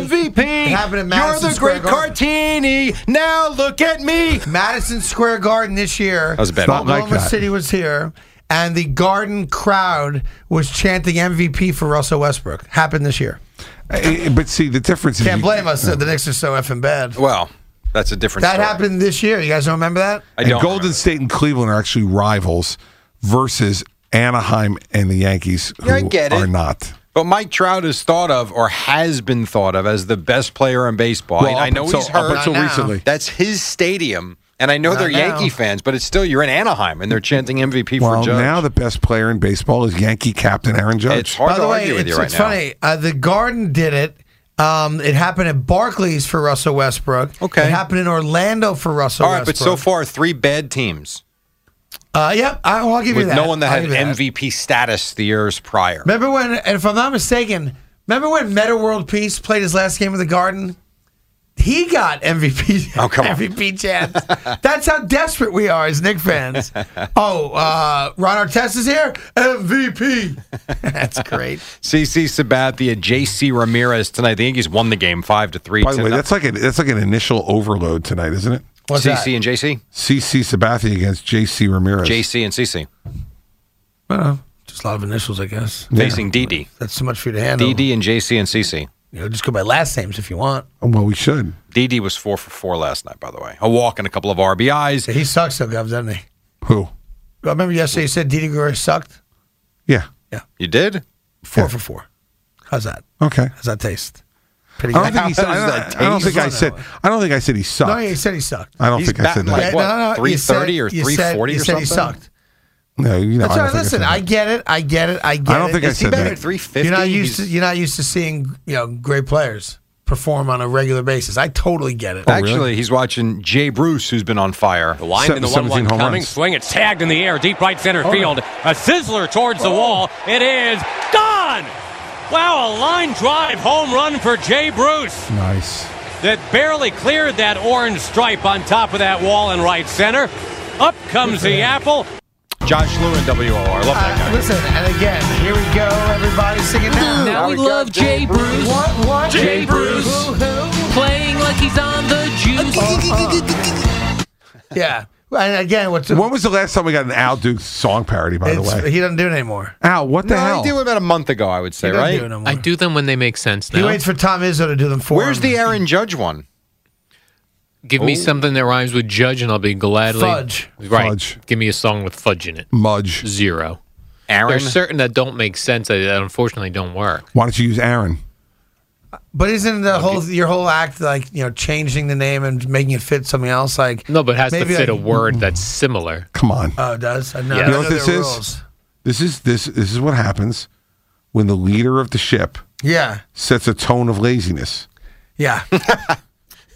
B: the MVP.
H: It happened at
B: You're
H: Madison
B: the
H: Square
B: great
H: Garden.
B: Cartini. Now look at me.
H: Madison Square Garden this year.
B: That was a bad
A: It's not
B: moment.
A: like
H: Oklahoma
A: that.
H: City was here, and the Garden crowd was chanting MVP for Russell Westbrook. Happened this year.
A: Eh, eh, But see, the difference is
H: Can't
A: you-
H: blame us. that The Knicks are so effing bad.
B: Well, that's a different.
H: That
B: story.
H: happened this year. You guys don't remember that?
A: and Golden State and Cleveland are actually rivals versus Anaheim and the Yankees, who
B: Yeah, I get it.
A: are not.
B: But Mike Trout is thought of, or has been thought of, as the best player in baseball.
A: Well,
B: I
A: up
B: know
A: until-
B: he's hurt.
A: up until Not now. recently.
B: That's his stadium, and I know
A: Not
B: they're
A: now.
B: Yankee fans, but it's still you're in Anaheim, and they're chanting MVP
A: Well,
B: for Judge.
A: now the best player in baseball is Yankee captain Aaron Judge.
B: It's hard By to the way, argue with
H: it's,
B: you right
H: it's
B: now.
H: funny. Uh, the Garden did it. Um, it happened at Barclays for Russell Westbrook. Okay. It happened in Orlando for Russell
B: All right, but
H: Westbrook.
B: so far three bad teams
H: Uh, yeah, I, well, I'll give
B: with
H: you that.
B: no one that
H: I'll
B: had
H: give you
B: MVP status the years prior.
H: Remember when, and if I'm not mistaken, remember when Meta World Peace played his last game with the Garden? He got MVP.
B: Oh, come on.
H: MVP chance. That's how desperate we are as Nick fans. oh, uh, Ron Artest is here. MVP. That's great.
B: CC Sabathia, JC Ramirez tonight. The Yankees won the game five to three.
A: By the way, that's like a, that's like an initial overload tonight, isn't it?
B: What's CC that? and JC?
A: CC Sabathia against JC Ramirez.
B: JC and CC
H: Well, just a lot of initials, I guess.
B: facing DD.
H: That's too much for you to handle.
B: DD and JC and CC.
H: You know, just go by last names if you want.
A: Oh, Well, we should.
B: DD was four for four last night, by the way. A walk and a couple of RBIs.
H: He sucks though, Gov, doesn't he?
A: Who?
H: I remember yesterday you said Didi Guerrero sucked.
A: Yeah.
B: You did?
H: Four for four. How's that?
A: Okay.
H: How's that taste?
A: I
H: Pretty
A: don't think he said. I
H: How's
A: don't,
H: that
A: I don't
H: taste?
A: think I said. I don't think I said he
H: No,
A: sucked.
H: he said he sucked.
A: I don't
H: He's
A: think I said
H: batting
A: that.
H: like, what, Yeah, no, no, you said- 330 or you said- 340 or you said he something? sucked.
A: No, you know.
H: That's
A: I
H: all
A: don't
H: right.
A: think I
H: Listen,
A: said
H: I, get it. I get it. I get it.
A: I don't think I
H: Is he
A: said
H: better?
A: that. 350?
H: You're not used to
A: He's-
H: you're not used to seeing you know great players perform on a regular basis. I totally get
A: Oh.
H: it.
B: Actually, he's watching Jay Bruce, who's been on fire. The
C: Line in the 1 1 coming. Swing. It's tagged in the air, deep right
M: Oh,
C: center field. A sizzler towards the wall. It is gone. Wow, a line drive home run for Jay Bruce
A: Nice.
C: that barely cleared that orange stripe on top of that wall in right center. Up comes the apple.
B: Josh Lewin, WOR. Love that guy.
H: Listen, and again, here we go. Everybody singing now.
M: Now we love Jay Bruce.
H: What? What?
M: Jay Bruce. Playing like he's on the juice.
H: Yeah. And again, what's
A: When was the last time we got an Al Duke song parody? By the
H: It's-
A: way,
H: he doesn't do it anymore.
A: Al, what the
H: No, he
A: hell?
H: did
B: about a month ago, I would say,
H: He doesn't do it no more.
M: I do them when they make sense. Now,
H: He waits for Tom Izzo to do them for
B: Where's
H: him.
B: the Aaron Judge one?
M: give me
B: Ooh.
M: something that rhymes with judge, and I'll be gladly
H: Fudge.
M: Right.
A: Fudge.
M: Give me a song with fudge in it.
A: Mudge.
M: Zero.
B: Aaron.
M: There's certain that don't make sense that, that unfortunately don't work.
A: Why don't you use Aaron?
H: But isn't the whole your whole act like you know changing the name and making it fit something else? Like
M: No, but it has
H: Maybe
M: to fit
H: I- Mm-hmm.
M: a word that's similar.
A: Come on.
H: oh, it does I know,
M: Yeah.
H: I
A: You know what
H: their
A: this is?
H: rules.
A: Uh, This is this this is what happens when the leader of the ship
H: Yeah,
A: sets a tone of laziness.
H: yeah.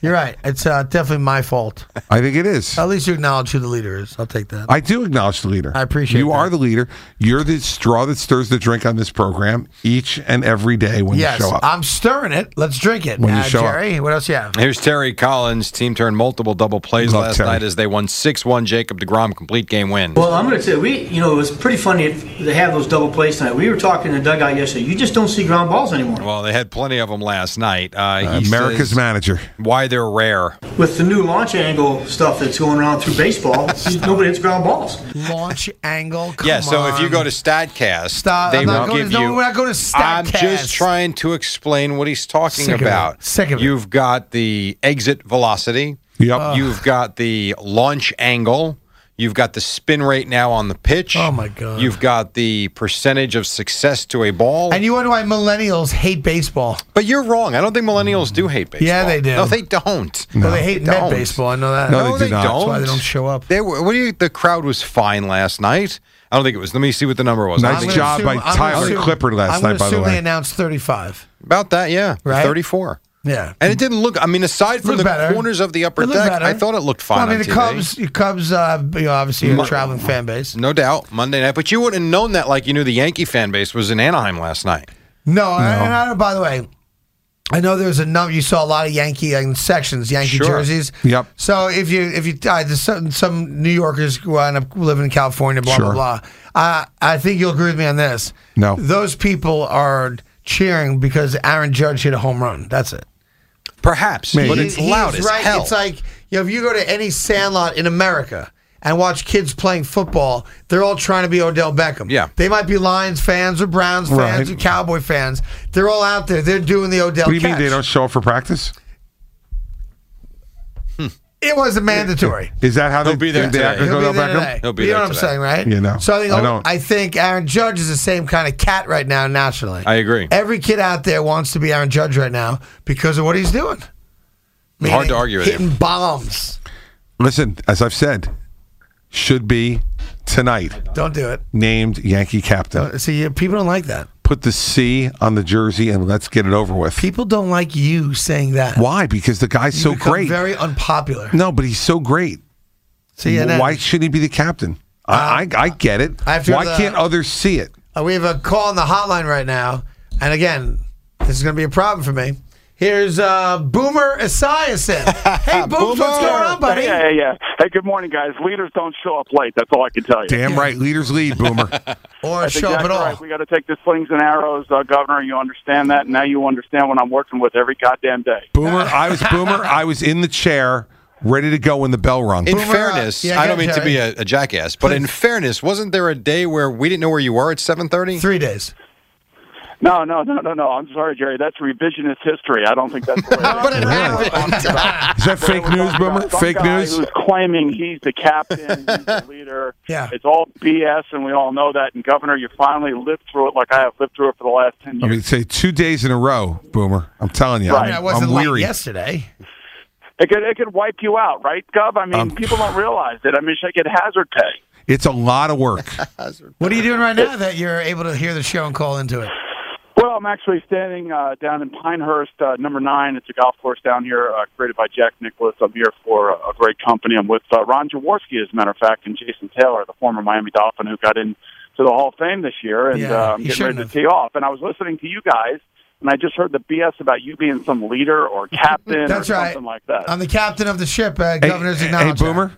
H: You're right. It's uh, definitely my fault.
A: I think it is.
H: At least you acknowledge who the leader is. I'll take that.
A: I do acknowledge the leader.
H: I appreciate
A: you
H: that.
A: are the leader. You're the straw that stirs the drink on this program each and every day when
H: yes,
A: you show up.
H: I'm stirring it. Let's drink it.
A: When you
H: Uh,
A: show up.
H: Jerry, what else you have?
B: Here's Terry Collins. Team turned multiple double plays
A: Love
B: last
A: Terry.
B: night as they won 6 1. Jacob DeGrom, complete game win.
Q: Well, I'm going to tell you, we, you know, it was pretty funny to have those double plays tonight. We were talking in the dugout yesterday. You just don't see ground balls anymore.
B: Well, they had plenty of them last night. Uh, he
A: America's
B: says
A: manager.
B: Why they're rare.
Q: With the new launch angle stuff that's going around through baseball, you- nobody hits ground balls.
H: Launch angle. Come
B: yeah, so if you
H: on.
B: go to StatCast,
H: Stop.
B: they
H: I'm not
B: will
H: going-
B: give
H: no,
B: you.
H: we're not going to
B: I'm
H: StatCast.
B: just trying to explain what he's talking
H: Sick of it.
B: about.
H: Sick of it.
B: You've got the exit velocity.
A: Yep.
B: You've got the launch angle. You've got the spin rate now on the pitch.
H: Oh, my God.
B: You've got the percentage of success to a ball.
H: and you wonder why millennials hate baseball.
B: but you're wrong. I don't think millennials do hate baseball.
H: Yeah, they do.
B: No, they don't.
H: Well, they hate
B: don't.
H: med baseball. I know that.
A: No, they do not.
H: That's why they don't show up.
B: They were, what do you? The crowd was fine last night. I don't think it was. Let me see what the number was. I
A: Nice
B: think
H: gonna
A: job by
H: I'm gonna
A: Tyler Clippard last
H: I'm gonna
A: night, by the
H: assume
A: way.
H: they announced 35.
B: About that, yeah,
H: Right?
B: thirty-four.
H: Yeah.
B: And it didn't look. I mean, aside from
H: Looked
B: the
H: better.
B: corners of the upper
H: It looked
B: deck,
H: better.
B: I thought it looked fine.
H: Well, I mean,
B: on
H: the
B: TV.
H: Cubs, the Cubs, uh, you know, obviously are
B: Mo-
H: a traveling fan base.
B: no doubt, Monday night. But you wouldn't have known that, like you knew the Yankee fan base was in Anaheim last night.
H: No, And, and I don't, by the way, I know there's a number. You saw a lot of Yankee uh, sections, Yankee
B: Sure.
H: jerseys.
A: Yep.
H: So if you if you uh, there's some, some New Yorkers who end up living in California, blah
A: Sure.
H: blah blah. I I think you'll agree with me on this.
A: No.
H: those people are cheering because Aaron Judge hit a home run. That's it.
B: Perhaps,
A: Maybe.
B: but
H: He-
B: it's
H: he
B: loud
H: is
B: as
H: right.
B: hell.
H: It's like you know, if you go to any sandlot in America and watch kids playing football, they're all trying to be Odell Beckham.
A: Yeah.
H: They might be Lions fans or Browns fans
A: Right.
H: or Cowboy fans. They're all out there. They're doing the Odell
A: What do you mean
H: catch.
A: they don't show up for practice?
H: It wasn't mandatory.
A: Is that how
H: He'll
A: they
H: be there
A: they act
H: today.
A: like
H: He'll be
A: Odell
H: there
A: Beckham?
H: today. you know what I'm saying, right?
A: You know,
H: So I think
A: I don't.
H: I think Aaron Judge is the same kind of cat right now nationally.
B: I agree.
H: Every kid out there wants to be Aaron Judge right now because of what he's doing.
A: Hard to argue with him.
H: hitting bombs.
A: Listen, as I've said, should be tonight
H: Don't do it.
A: named Yankee captain.
H: See, yeah, people don't like that.
A: Put the C on the jersey and let's get it over with.
H: People don't like you saying that.
A: Why? Because the guy's so
H: Become
A: great.
H: Very unpopular.
A: No, but he's so great.
H: See, and then-
A: why shouldn't he be the captain? I, I, I get it.
H: I have to
A: Why
H: go to the-
A: can't others see it?
H: Uh, we have a call on the hotline right now, and again, this is going to be a problem for me. Here's uh, Boomer Esiason. Hey, Booms, what's going on, buddy?
R: Yeah, yeah, yeah. Hey, good morning, guys. Leaders don't show up late. That's all I can tell you.
A: Damn right, leaders lead, Boomer.
H: Or
R: That's
H: show up
R: exactly
H: at all.
R: right. We got to take the slings and arrows, uh, Governor. You understand that? Now you understand what I'm working with every goddamn day.
A: Boomer, I was Boomer. I was in the chair, ready to go when the bell rung.
J: In fairness, I don't mean to be a, a jackass, but in fairness, wasn't there a day where we didn't know where you were at seven thirty?
H: Three days.
R: No, no, no, no, no. I'm sorry, Jerry. That's revisionist history. I don't think that's the way but it
A: Is that fake news, Boomer?
R: Some
A: Fake
R: guy
A: news?
R: Who's claiming he's the captain, he's the leader.
H: Yeah.
R: It's all BS, and we all know that. And Governor, you finally lived through it like I have lived through it for the last ten
A: I
R: years.
A: mean, say two days in a row, Boomer. I'm telling you,
R: Right.
A: I'm,
R: I
A: I'm
R: wasn't late
A: weary.
H: yesterday.
R: It could it could wipe you out, right, Gov? I mean,
A: Um,
R: people don't realize it. I mean, should I get hazard pay?
A: It's a lot of work.
H: What are you doing right now that you're able to hear the show and call into it?
R: Well, I'm actually standing uh, down in Pinehurst, uh, number nine. It's a golf course down here uh, created by Jack Nicholas. I'm here for a, a great company. I'm with uh, Ron Jaworski, as a matter of fact, and Jason Taylor, the former Miami Dolphin who got into the Hall of Fame this year. And
H: Yeah,
R: uh, I'm
H: he
R: getting ready
H: shouldn't
R: to tee off. And I was listening to you guys, and I just heard the BS about you being some leader or captain
H: That's
R: or
H: right.
R: something like that.
H: I'm the captain of the ship. Uh, governor's
A: hey,
H: acknowledged.
A: Boomer.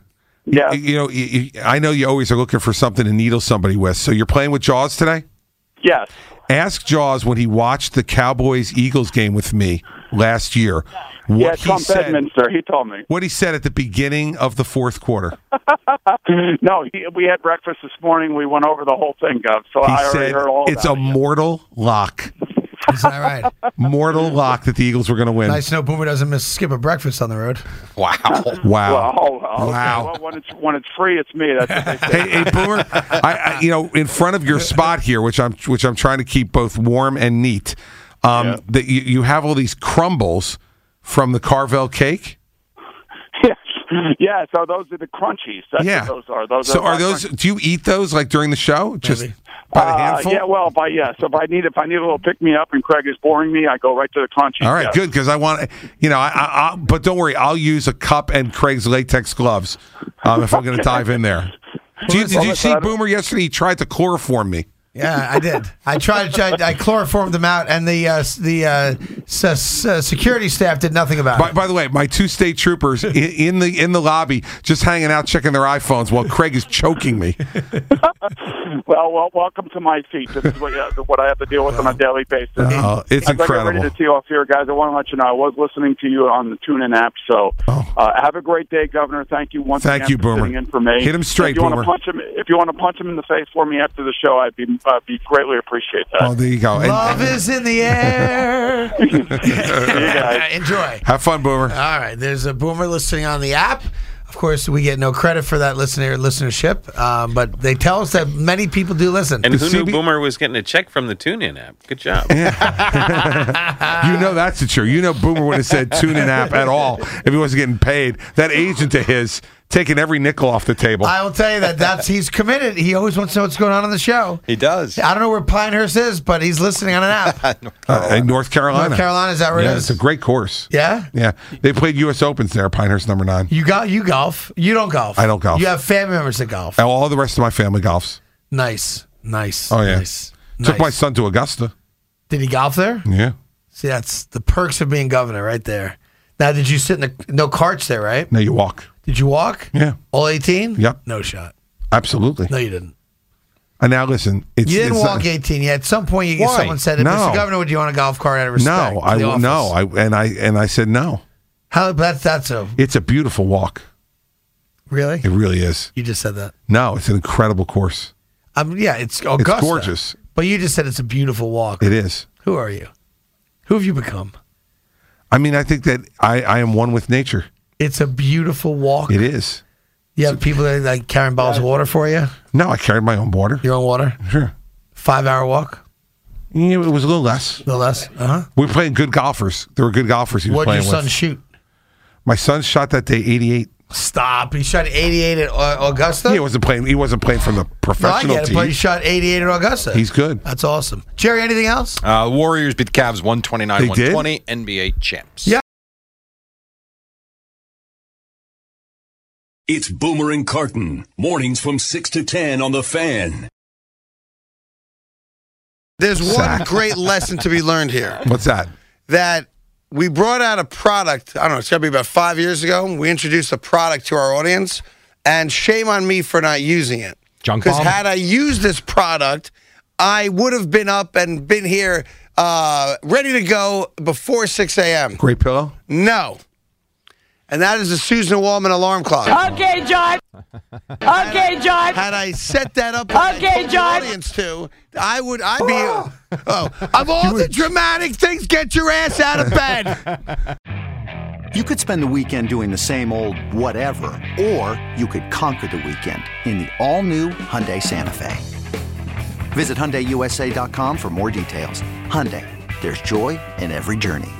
R: Yeah.
A: You know, you, you- I know you always are looking for something to needle somebody with. So you're playing with Jaws today?
R: Yes.
A: Ask Jaws when he watched the Cowboys Eagles game with me last year. What
R: yeah,
A: he
R: Trump
A: said.
R: Bedminster. He told me.
A: What he said at the beginning of the fourth quarter.
R: no, he, we had breakfast this morning. We went over the whole thing, Gov. So
A: He
R: I already
A: said
R: heard all
A: it's
R: about
A: a mortal lock.
H: Is that right?
A: Mortal lock that the Eagles were going to win.
H: Nice to know Boomer doesn't miss skip a breakfast on the road.
A: Wow. Wow.
R: Well, okay.
A: Wow.
R: Well, when it's when it's free, it's me. That's what they say.
A: hey, hey, Boomer, I, I, you know, in front of your spot here, which I'm which I'm trying to keep both warm and neat, um, that you, you have all these crumbles from the Carvel cake.
R: yeah, so those are the crunchies. That's
A: yeah,
R: what those are. Those
A: so
R: are,
A: are those? Do you eat those like during the show? Just
R: by the handful? Uh, yeah, well, by yeah. So if I need if I need a little pick me up and Craig is boring me, I go right to the crunchies.
A: all right,
R: yes.
A: good because I want you know. I, I, I but don't worry, I'll use a cup and Craig's latex gloves um, if I'm going to dive in there. Do you, did you see Boomer yesterday? He tried to chloroform me.
H: Yeah, I did. I tried. I, I chloroformed them out, and the uh, s- the uh, s- s- uh, security staff did nothing about
A: By, by the way, my two state troopers i- in the in the lobby just hanging out checking their iPhones while Craig is choking me.
R: Well, well, welcome to my seat. This is what, uh, what I have to deal with on a daily basis.
A: Oh, it's
R: As I get
A: incredible.
R: ready to tee off here, guys, I want to let you know I was listening to you on the TuneIn app. So uh, have a great day, Governor. Thank you once
A: Oh. Thank
R: again
A: you,
R: for
A: Boomer.
R: sitting in for me.
A: Hit him straight,
R: if you
A: Boomer.
R: Want to punch him, if you want to punch him in the face for me after the show, I'd be, uh, be greatly appreciate that.
A: Oh, there you go.
H: it. Love is in the air. Enjoy.
A: Have fun, Boomer.
H: All right, there's a boomer listening on the app. Of course, we get no credit for that listener listenership, um, but they tell us that many people do listen.
D: And who knew Boomer was getting a check from the TuneIn app? Good job.
A: you know that's the truth. You know Boomer would have said tune in app at all if he wasn't getting paid. That agent of his taking every nickel off the table.
H: I will tell you that that's he's committed. He always wants to know what's going on on the show.
A: He does.
H: I don't know where Pinehurst is, but he's listening on an app.
A: Uh, in North Carolina.
H: North Carolina, is that where it
A: yeah,
H: is?
A: It's a great course.
H: Yeah?
A: Yeah. They played US Opens there, Pinehurst number nine.
H: You got you golf. You don't golf.
A: I don't golf.
H: You have family members that golf.
A: And All the rest of my family golfs.
H: Nice, nice.
A: Oh yeah. Took
H: Nice.
A: my son to Augusta.
H: Did he golf there?
A: Yeah.
H: See, that's the perks of being governor, right there. Now, did you sit in the no carts there, right?
A: Now you walk.
H: Did you walk?
A: Yeah.
H: All eighteen?
A: Yep.
H: No shot.
A: Absolutely.
H: No, you didn't.
A: And now listen, it's
H: you didn't
A: it's uh, not-
H: walk 18 yet. At some point, you,
A: Why?
H: someone said,
A: No.
H: "Mr. Governor, would you want a golf cart out of respect?"
A: No,
H: to
A: I
H: the
A: w- no,
H: office?"
A: I and I and I said no.
H: How that's that's a
A: It's a beautiful walk.
K: Really?
A: It really is.
K: You just said that.
A: No, it's an incredible course.
K: Um, yeah, it's Augusta.
A: gorgeous.
K: But you just said it's a beautiful walk.
A: It is.
K: Who are you? Who have you become?
A: I mean, I think that I, I am one with nature.
K: It's a beautiful walk.
A: It is.
K: You have people that are, like carrying bottles of water for you.
A: No, I carried my own water.
K: Your own water.
A: Sure.
K: Five hour walk.
A: Yeah, it was a little less. A
K: little less. Uh huh.
A: We were playing good golfers. There were good golfers he was
K: What did
A: playing
K: your son
A: with.
K: shoot?
A: my son shot that day 88.
K: Stop. He shot 88 at uh, Augusta.
A: He wasn't playing. He wasn't playing from the
K: No, I
A: professional
K: get it,
A: team.
K: but he shot 88 at Augusta.
A: He's good.
K: That's awesome. Jerry, anything else?
B: Uh, Warriors beat the Cavs one twenty nine
A: They did?
B: one twenty NBA champs.
K: Yeah.
F: It's Boomer and Carton. Mornings from 6 to 10 on the fan.
H: There's one
F: Sack.
H: great lesson to be learned here.
A: What's that?
H: That we brought out a product, I don't know, it's gotta be about five years ago. We introduced a product to our audience, and shame on me for not using it.
S: Junk
H: Because
S: bomb?
H: had I used this product, I would have been up and been here uh, ready to go before 6 a.m.
A: Great pillow.
H: No. And that is the Susan Wallman alarm clock.
T: Okay, John. Okay, John.
H: Had I set that up,
T: Okay, John.
H: audience to, I would, I'd be. Oh, of all the dramatic things, get your ass out of bed.
U: You could spend the weekend doing the same old whatever, or you could conquer the weekend in the all-new Hyundai Santa Fe. Visit HyundaiUSA.com for more details. Hyundai, there's joy in every journey.